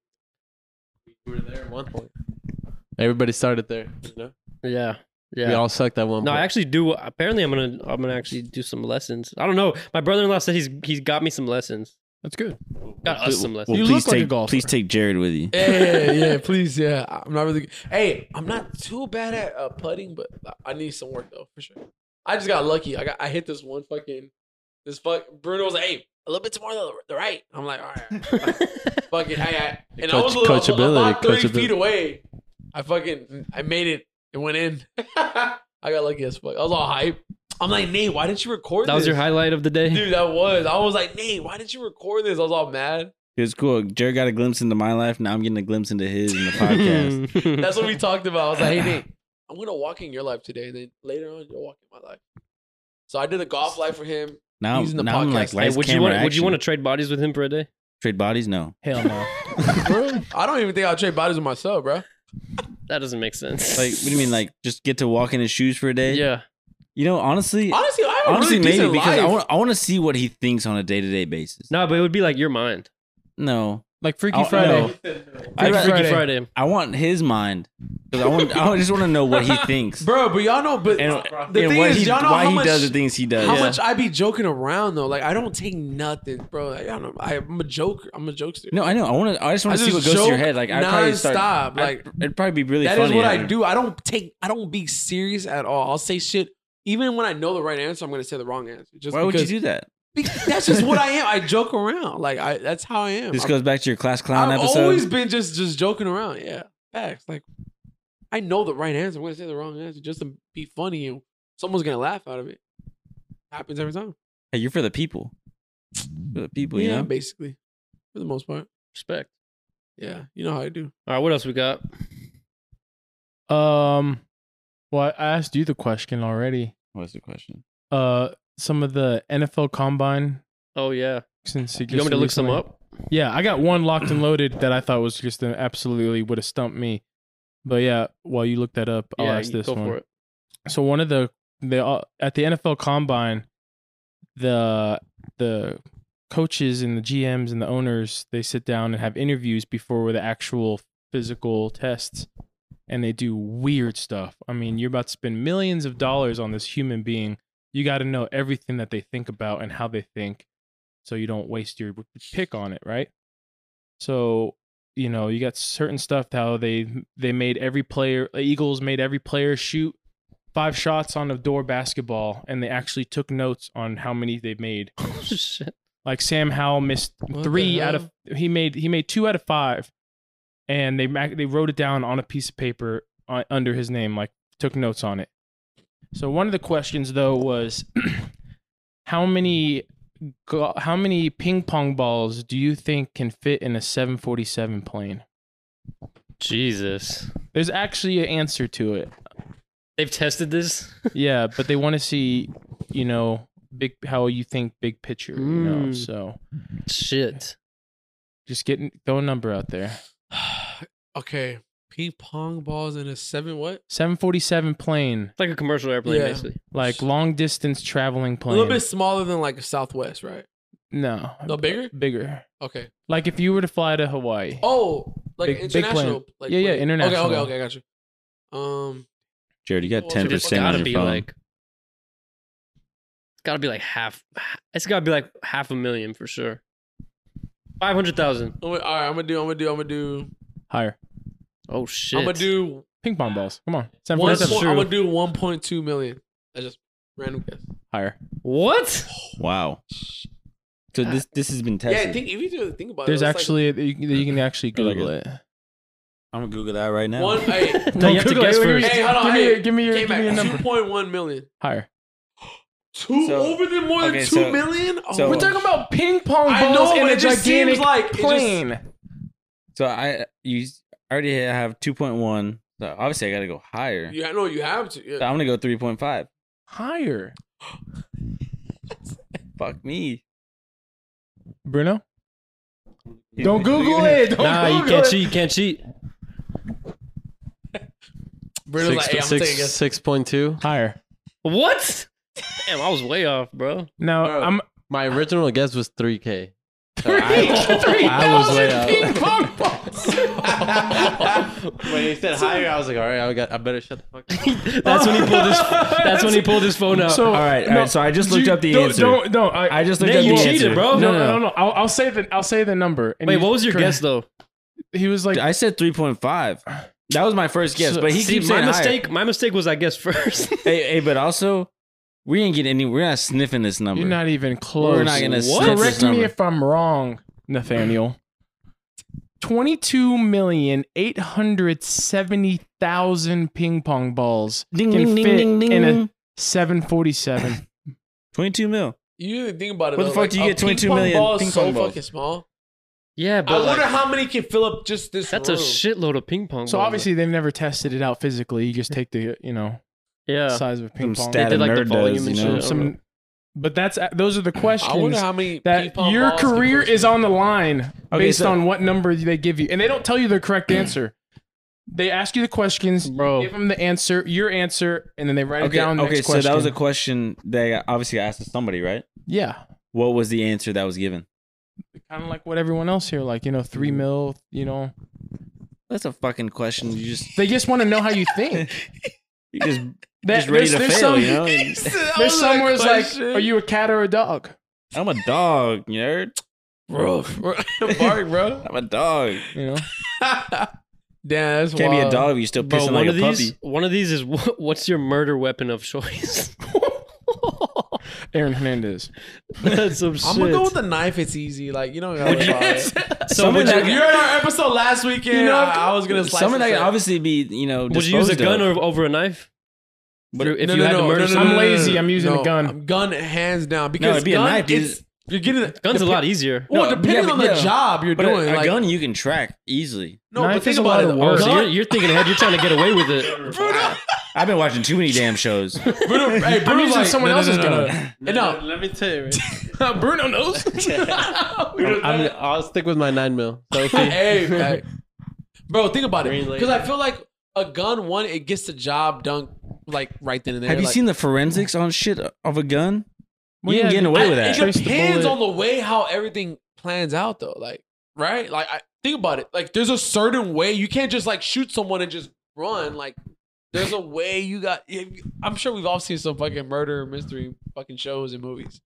E: Everybody started there. You know?
A: Yeah, Yeah.
E: We all sucked at one
A: No,
E: point.
A: I actually do. Apparently, I'm gonna I'm gonna actually do some lessons. I don't know. My brother-in-law said he's he's got me some lessons.
F: That's good.
A: Got us some lessons.
D: Well,
F: You
D: please
F: look like a
D: take
F: golfer.
D: please take Jared with you.
C: Yeah, yeah, yeah, please, yeah. I'm not really. Hey, I'm not too bad at uh, putting, but I need some work though for sure. I just got lucky. I got I hit this one fucking this fuck. Bruno was like, "Hey, a little bit to more to the right." I'm like, "All right, fucking." Hey, I, and I was a
E: Coach-
C: little, about three
E: coachability,
C: feet
E: coachability.
C: away. I fucking I made it. It went in. I got lucky as fuck. I was all hype. I'm like, Nate, why didn't you record?
A: That was your
C: this?"
A: highlight of the day.
C: dude. That was. I was like, Nate, why didn't you record this? I was all mad.
D: It was cool. Jared got a glimpse into my life. Now I'm getting a glimpse into his in the podcast.
C: That's what we talked about. I was like, hey, Nate, I'm gonna walk in your life today, and then later on you'll walk in my life. So I did a golf life for him.
D: Now,
C: He's in the
D: now I'm
C: podcast.
D: like,
C: Hey,
A: Hey,
D: last
A: would you
D: camera
A: want would you
D: action.
A: want to trade bodies with him for a day?
D: trade bodies? No.
F: Hell no.
C: I don't even think I'll trade bodies with myself, bro.
A: That doesn't make sense.
D: Like, eh? what do you mean? Like, just get to walk in his shoes for a day?
A: yeah,
D: You know, honestly,
C: Honestly, I have a
D: honestly,
C: really decent
D: maybe because I
C: life.
D: want I want to see what he thinks on a day to day basis.
A: no, but it would be like your mind.
D: No,
F: Like Freaky
D: I-
F: Friday.
D: no.
A: Like
D: I'd rather-
A: Freaky Friday.
D: I want his mind because I want. I just want to know what he thinks
C: bro. But y'all know, but
D: and,
C: the
D: and
C: thing
D: what
C: is,
D: he,
C: y'all know
D: why
C: how
D: he
C: much
D: does the things he does.
C: how
D: Yeah.
C: much I be joking around though. Like I don't take nothing, bro. Like, I don't. I, I'm a joker. I'm a jokester.
D: No, I know. I want to. I just
C: I
D: want to see
C: just
D: what goes through your
C: joke
D: head. Like I probably start.
C: nonstop. Like
D: I'd- it'd probably be really
C: That is
D: funny.
C: what
D: at
C: I
D: him.
C: do. I don't take. I don't be serious at all. I'll say shit. Even when I know the right answer, I'm gonna say the wrong answer. Just
D: Why would
C: because,
D: you do that?
C: Because that's just what I am. I joke around. Like I. That's how I am.
D: This
C: I'm-
D: goes back to your class clown
C: I've
D: episode.
C: always been just just joking around. Yeah, facts. Like I know the right answer. I'm gonna say the wrong answer just to be funny, and someone's gonna laugh out of it. Happens every time.
D: Hey, you're for the people. For the people, you
C: yeah,
D: know.
C: basically, for the most part.
A: Respect.
C: Yeah, you know how I do.
A: All right, what else we got?
F: Um,
B: Well, I asked you the question already.
D: What's the question?
B: Uh, some of the NFL Combine.
A: Oh yeah,
B: Since
A: you want me to look some up?
B: Yeah, I got one locked and loaded that I thought was just an absolutely would have stumped me. But yeah, while you look that up, I'll
A: yeah,
B: ask
A: you
B: this
A: go
B: one.
A: for it.
B: So one of the the uh, at the NFL Combine, the the coaches and the GMs and the owners they sit down and have interviews before the actual physical tests, and they do weird stuff. I mean, you're about to spend millions of dollars on this human being. You got to know everything that they think about and how they think, so you don't waste your pick on it, right? So you know you got certain stuff how they they made every player the Eagles made every player shoot five shots on a door basketball and they actually took notes on how many they made.
A: Oh, shit.
B: Like Sam Howell missed
C: What the
B: three out of
C: hell?
B: he made he made two out of five, and they ma- they wrote it down on a piece of paper uh, under his name, like took notes on it. So one of the questions though was, how many go- how many ping pong balls do you think can fit in a 747 plane?
A: Jesus,
B: There's actually an answer to it.
A: they've tested this.
B: yeah, but they want to see, you know, big how you think big picture, you know.
A: Mm.
B: So
A: Shit.
B: just getting throw a number out there.
C: okay, ping pong balls in a seven. What?
B: Seven forty seven plane,
A: It's like a commercial airplane,
C: Yeah.
A: basically.
B: like long distance traveling
C: A
B: plane.
C: little bit smaller than like a Southwest, right?
B: no,
C: No bigger.
B: bigger.
C: Okay.
B: Like if you were to fly to Hawaii.
C: Oh, like
B: Big- big plane.
C: international. like
B: Yeah, yeah,
C: plane.
B: international.
C: Okay, okay, okay, I got you. Um,
D: Jared, you got
C: Well, so
D: ten
A: It's
C: just
D: percent on
A: gotta
D: your
A: be
D: phone.
A: like. It's gotta be like half. It's gotta be like half a million for sure. Five hundred thousand.
C: I'm gonna- all right, I'm gonna do. I'm gonna do. I'm gonna do.
B: Higher.
A: Oh shit.
C: I'm gonna do
B: Ping pong balls. Come on.
C: One
A: That's
C: point,
B: 747
A: true.
C: I'm gonna do 1.2 million. That's just random guess.
B: higher.
A: what?
D: Wow. So this this has been tested.
C: Yeah, think if you do think about
B: There's
C: it, Uh, it's
B: actually you, can- you can actually
D: Or like
B: Google it.
D: I'm gonna Google that right
C: like
D: now.
C: one. hey,
A: No, you have to
B: Google it.
A: guess
B: Give me-
A: first.
C: hey, hold on.
B: Give me
C: hey,
B: your- give me your-
C: came
B: give me your
C: back,
B: number.
C: 2.1 million.
B: Higher.
C: Two
D: So-
C: over the more than
D: okay,
C: two
D: so-
C: million. Oh,
D: so-
C: we're
B: We're
C: talking
B: talking about ping pong
C: I
B: balls
C: know,
B: in
C: but
B: a
C: it just seems
B: gigantic
C: like it just-
B: plane.
D: So I you already have two point one. So obviously I gotta go higher.
C: Yeah, I know you have to.
D: So
C: Yeah.
D: I'm gonna go three point five.
B: Higher.
D: Fuck me.
B: Bruno? Don't Google it. Don't
A: Nah, you
B: Google
A: can't
B: it.
A: cheat. You can't cheat.
C: Brito's like, hey, I'm gonna take a guess.
E: six point two.
B: Higher.
A: What? Damn, I was way off, bro.
B: Now
E: Bro.
B: I'm
E: My original guess was three k.
B: three
E: I was uh, way
B: thousand
E: out.
B: ping pong balls.
E: when he said higher, I was like, all right, I got, I better shut the fuck up.
A: that's when he pulled his. That's when he pulled his phone out.
B: So,
D: All right, all right. So I just looked
B: you-
D: up the
B: don't,
D: answer.
B: Don't, don't. I,
D: I just looked
A: Nate,
D: up
A: you
D: the
A: cheated,
D: answer.
A: bro.
B: no, no,
A: No,
B: no, no, I'll, I'll say the, I'll say the number. and
A: Wait,
B: you-
A: what was your
B: correct.
A: guess though?
B: He was like,
D: I said 3.5. That was my first guess,
B: So-
D: but he
A: See,
D: keeps
A: my
D: saying higher.
A: mistake. My mistake was I guess first.
D: Hey, hey, but also, we ain't getting any. We're not sniffing this number.
B: you're not even close.
D: We're not gonna
A: What?
D: sniff
B: Correct
D: this number.
B: me if I'm wrong, Nathaniel. Twenty-two million eight hundred seventy thousand ping pong balls
D: ding,
B: can
D: ding,
B: fit
D: ding, ding, ding,
B: in
D: ding.
B: a seven forty-seven.
D: 22 mil.
C: You really think about it.
D: Where the
C: though,
D: fuck
C: like,
D: do you
C: a
D: get 22
C: ping-pong
D: million
C: Ball is
D: ping
C: so
D: pong balls?
C: fucking small.
A: yeah,
C: I
A: but like,
C: wonder how many can fill up just this.
A: that's a
C: room.
A: shitload of ping pong.
B: so
A: balls.
B: obviously they've never tested it out physically. You just take the you know
A: yeah.
B: size of a ping
D: Some
B: pong.
D: stat
A: did, like, the
D: nerd does,
A: volume
D: you
A: and
D: know?
A: shit.
B: Some, but that's those are the
C: I wonder
B: questions
C: how many
B: that
C: ping-pong
B: your
C: balls can
B: career
C: fit in.
B: is on the line
D: Okay,
B: based
D: so-
B: on what number they give you, and they don't tell you the correct answer. They ask you the questions,
C: Oh.
A: Bro.
B: Give them the answer, your answer, and then they write it
D: Okay,
B: down.
D: okay
B: next
D: so that was a
B: question.
D: question that I obviously asked to somebody, right?
B: yeah,
D: What was the answer that was given?
B: kind of like what everyone else here, like you know, three
D: Mm.
B: mil. You know,
D: That's a fucking question. You just,
B: they just want to know how you think.
D: you just,
B: That-
D: just ready
B: there's-
D: to fail,
B: there's some-
D: you know? And-
B: There's somewhere it's like, are you a cat or a dog?
D: I'm a dog, nerd.
C: bro? Bark, bro.
D: I'm a dog.
B: You know,
C: Damn, that's
D: Can't be a
C: wild.
D: dog if you're still
A: Bro,
D: pissing
A: one
D: like a
A: of these,
D: puppy.
A: one of these is wh- what's your murder weapon of choice?
B: Aaron Hernandez.
A: That's some shit.
C: I'm gonna go with the knife. It's easy. Like you know.
A: so would
C: Like,
A: you,
C: you're in our episode last weekend.
D: You know,
C: I, I was gonna slice
D: Someone
C: this
D: that can
C: up.
D: obviously be, you know,
A: would you use a
D: disposed
A: gun
D: of.
A: or, over a knife?
D: But-
A: if
C: No,
A: you
C: no,
A: had
C: no,
A: to murder
C: no, no,
A: someone,
C: no, no, no,
B: I'm lazy, I'm using a
C: No,
B: gun.
C: I'm gun hands down because
D: it'd be a
C: gun,
D: knife, dude.
C: it's- You're getting a,
A: gun's a lot easier.
C: Well,
D: No,
C: depending
D: yeah,
C: on the
D: but yeah.
C: job you're
D: But
C: doing.
D: a, a
C: like,
D: gun you can track easily.
C: no,
B: Knife
C: but
B: is
C: think
B: a
C: about
B: lot
C: it.
B: of
C: a
A: Oh, so
C: gun-
A: you're, you're thinking ahead. You're trying to get away with it.
D: I've been watching too many damn shows.
C: Bruno, hey,
B: I'm
C: Bruno's
B: using
C: like,
B: someone
C: no, no,
B: else's
C: no, no,
B: gun.
C: no.
E: No, let me tell you. Man.
B: Bruno knows.
E: I'm, I'll stick with my nine mil. So see,
C: hey, hey. bro, think about it.
E: Green light.
C: Because I feel like a gun, one, it gets the job done like right then and there.
D: Have you
C: like,
D: seen the forensics on shit of a gun?
B: Well,
D: you
B: yeah,
D: ain't getting away
C: I-
D: with that.
B: Trace
C: It
B: the
C: depends
B: bullet.
C: on the way how everything plans out, though. Like, right? Like, I think about it. Like, there's a certain way you can't just like shoot someone and just run. Like, there's a way you got. I'm sure we've all seen some fucking murder mystery fucking shows and movies.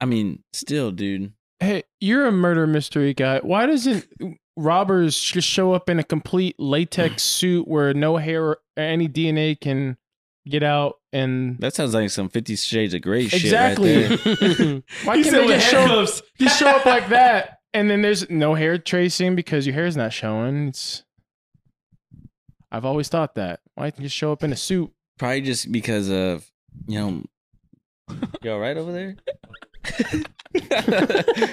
D: I mean, still, dude.
B: Hey, you're a murder mystery guy. Why doesn't robbers just show up in a complete latex suit where no hair or any DNA can get out? And
D: That sounds like some Fifty Shades of Grey shit.
B: Exactly.
D: Right there.
B: why can't they just show up? Just show up like that, and then there's no hair tracing because your hair's not showing. It's I've always thought that. Why can't you just show up in a suit?
D: Probably just because of you know. You all right over there?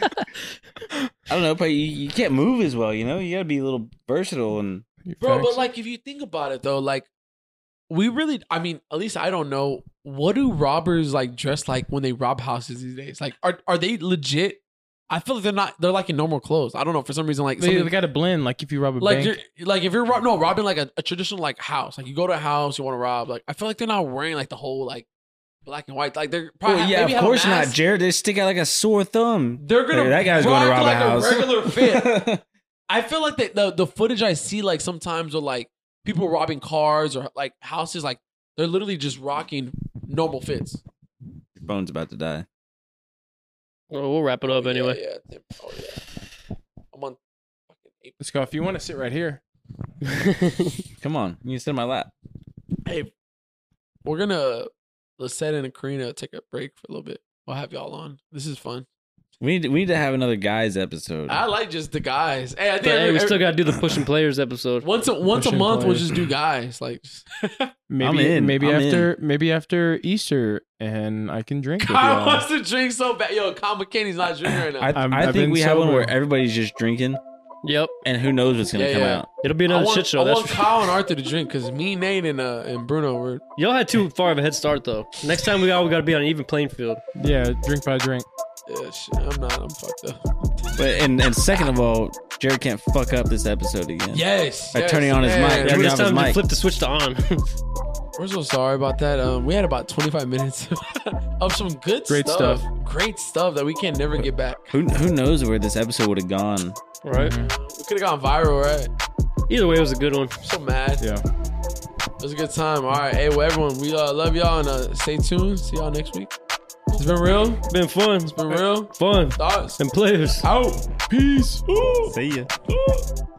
D: I don't know, but you, you can't move as well. You know, you gotta be a little versatile and
C: Bro, but like if you think about it though, like we really I mean, at least I don't know what do robbers like dress like when they rob houses these days? Like are are they legit? I feel like they're not they're like in normal clothes. I don't know, for some reason like
B: they,
C: something-
B: they got to blend. Like if you rob a
C: like
B: bank,
C: you're like if you're rob- no robbing like a, a traditional like house, like you go to a house, you want to rob, like I feel like they're not wearing like the whole like black and white. Like they're probably
D: Well, Oh, yeah,
C: maybe
D: of
C: have a
D: course not,
C: mask.
D: Jared. They stick out like a sore thumb.
C: They're gonna
D: Hey, that guy's going to
C: rock
D: rob a
C: like
D: house.
C: regular fit. I feel like the, the the footage I see like sometimes are like people robbing cars or like houses like they're literally just rocking normal fits.
D: Phone's about to die.
A: Oh, Well, we'll wrap it up anyway.
C: Yeah, yeah. Oh, yeah. I'm on fucking eight.
B: let's go. If you want to sit right here,
D: Come on, you can sit in my lap.
C: Hey, we're gonna Lisette and Karina take a break for a little bit. We'll have y'all on. This is fun.
D: We need to, we need to have another guys episode.
C: I like just the guys. Hey, I think
A: But hey, we
C: every-
A: still gotta do the pushing players episode.
C: once a once a
B: Pushing
C: month we'll
B: players.
C: just do guys. Like
B: maybe
D: in.
B: maybe
D: I'm
B: after maybe after Easter, and I can drink. with
C: Kyle
B: y'all.
C: wants to drink so bad. Yo, Kyle McKinney's not drinking right now.
D: I,
B: I'm-
D: I
B: I've
D: think
B: been
D: we have one
B: sober.
D: where everybody's just drinking,
A: Yep,
D: and who knows what's gonna
C: Yeah,
D: come
C: yeah.
D: out.
A: it'll be
C: I
A: another
C: want,
A: shit show.
C: I
A: That's
C: want
A: for-
C: Kyle and Arthur to drink because me, Nate, and uh, and Bruno were
A: y'all had too far of a head start though. Next time we all we gotta be on an even playing field.
B: Yeah, drink by drink.
C: Yeah, shit, I'm not. I'm fucked up.
D: But and and second of all, Jared can't fuck up this episode again.
C: Yes.
D: By turning on his mic.
A: Yeah,
D: Turn
A: this
D: off his
A: time
D: mic.
A: just flip the switch to on.
C: We're so sorry about that. Um, we had about 25 minutes of some good
B: Great
C: stuff.
B: stuff.
C: Great stuff that we can never get back.
D: Who who knows where this episode would have gone?
C: Mm-hmm.
A: right?
C: We could have gone viral, right?
A: Either way, it was a good one.
C: so mad.
B: Yeah.
C: It was a good time. All right. Hey, well, everyone, we uh, love y'all and uh, stay tuned. See y'all next week. It's been real. It's
A: Been fun.
C: been real.
A: Fun.
C: Thoughts.
A: And players.
C: Out. Peace. Ooh.
D: See ya.
C: Ooh.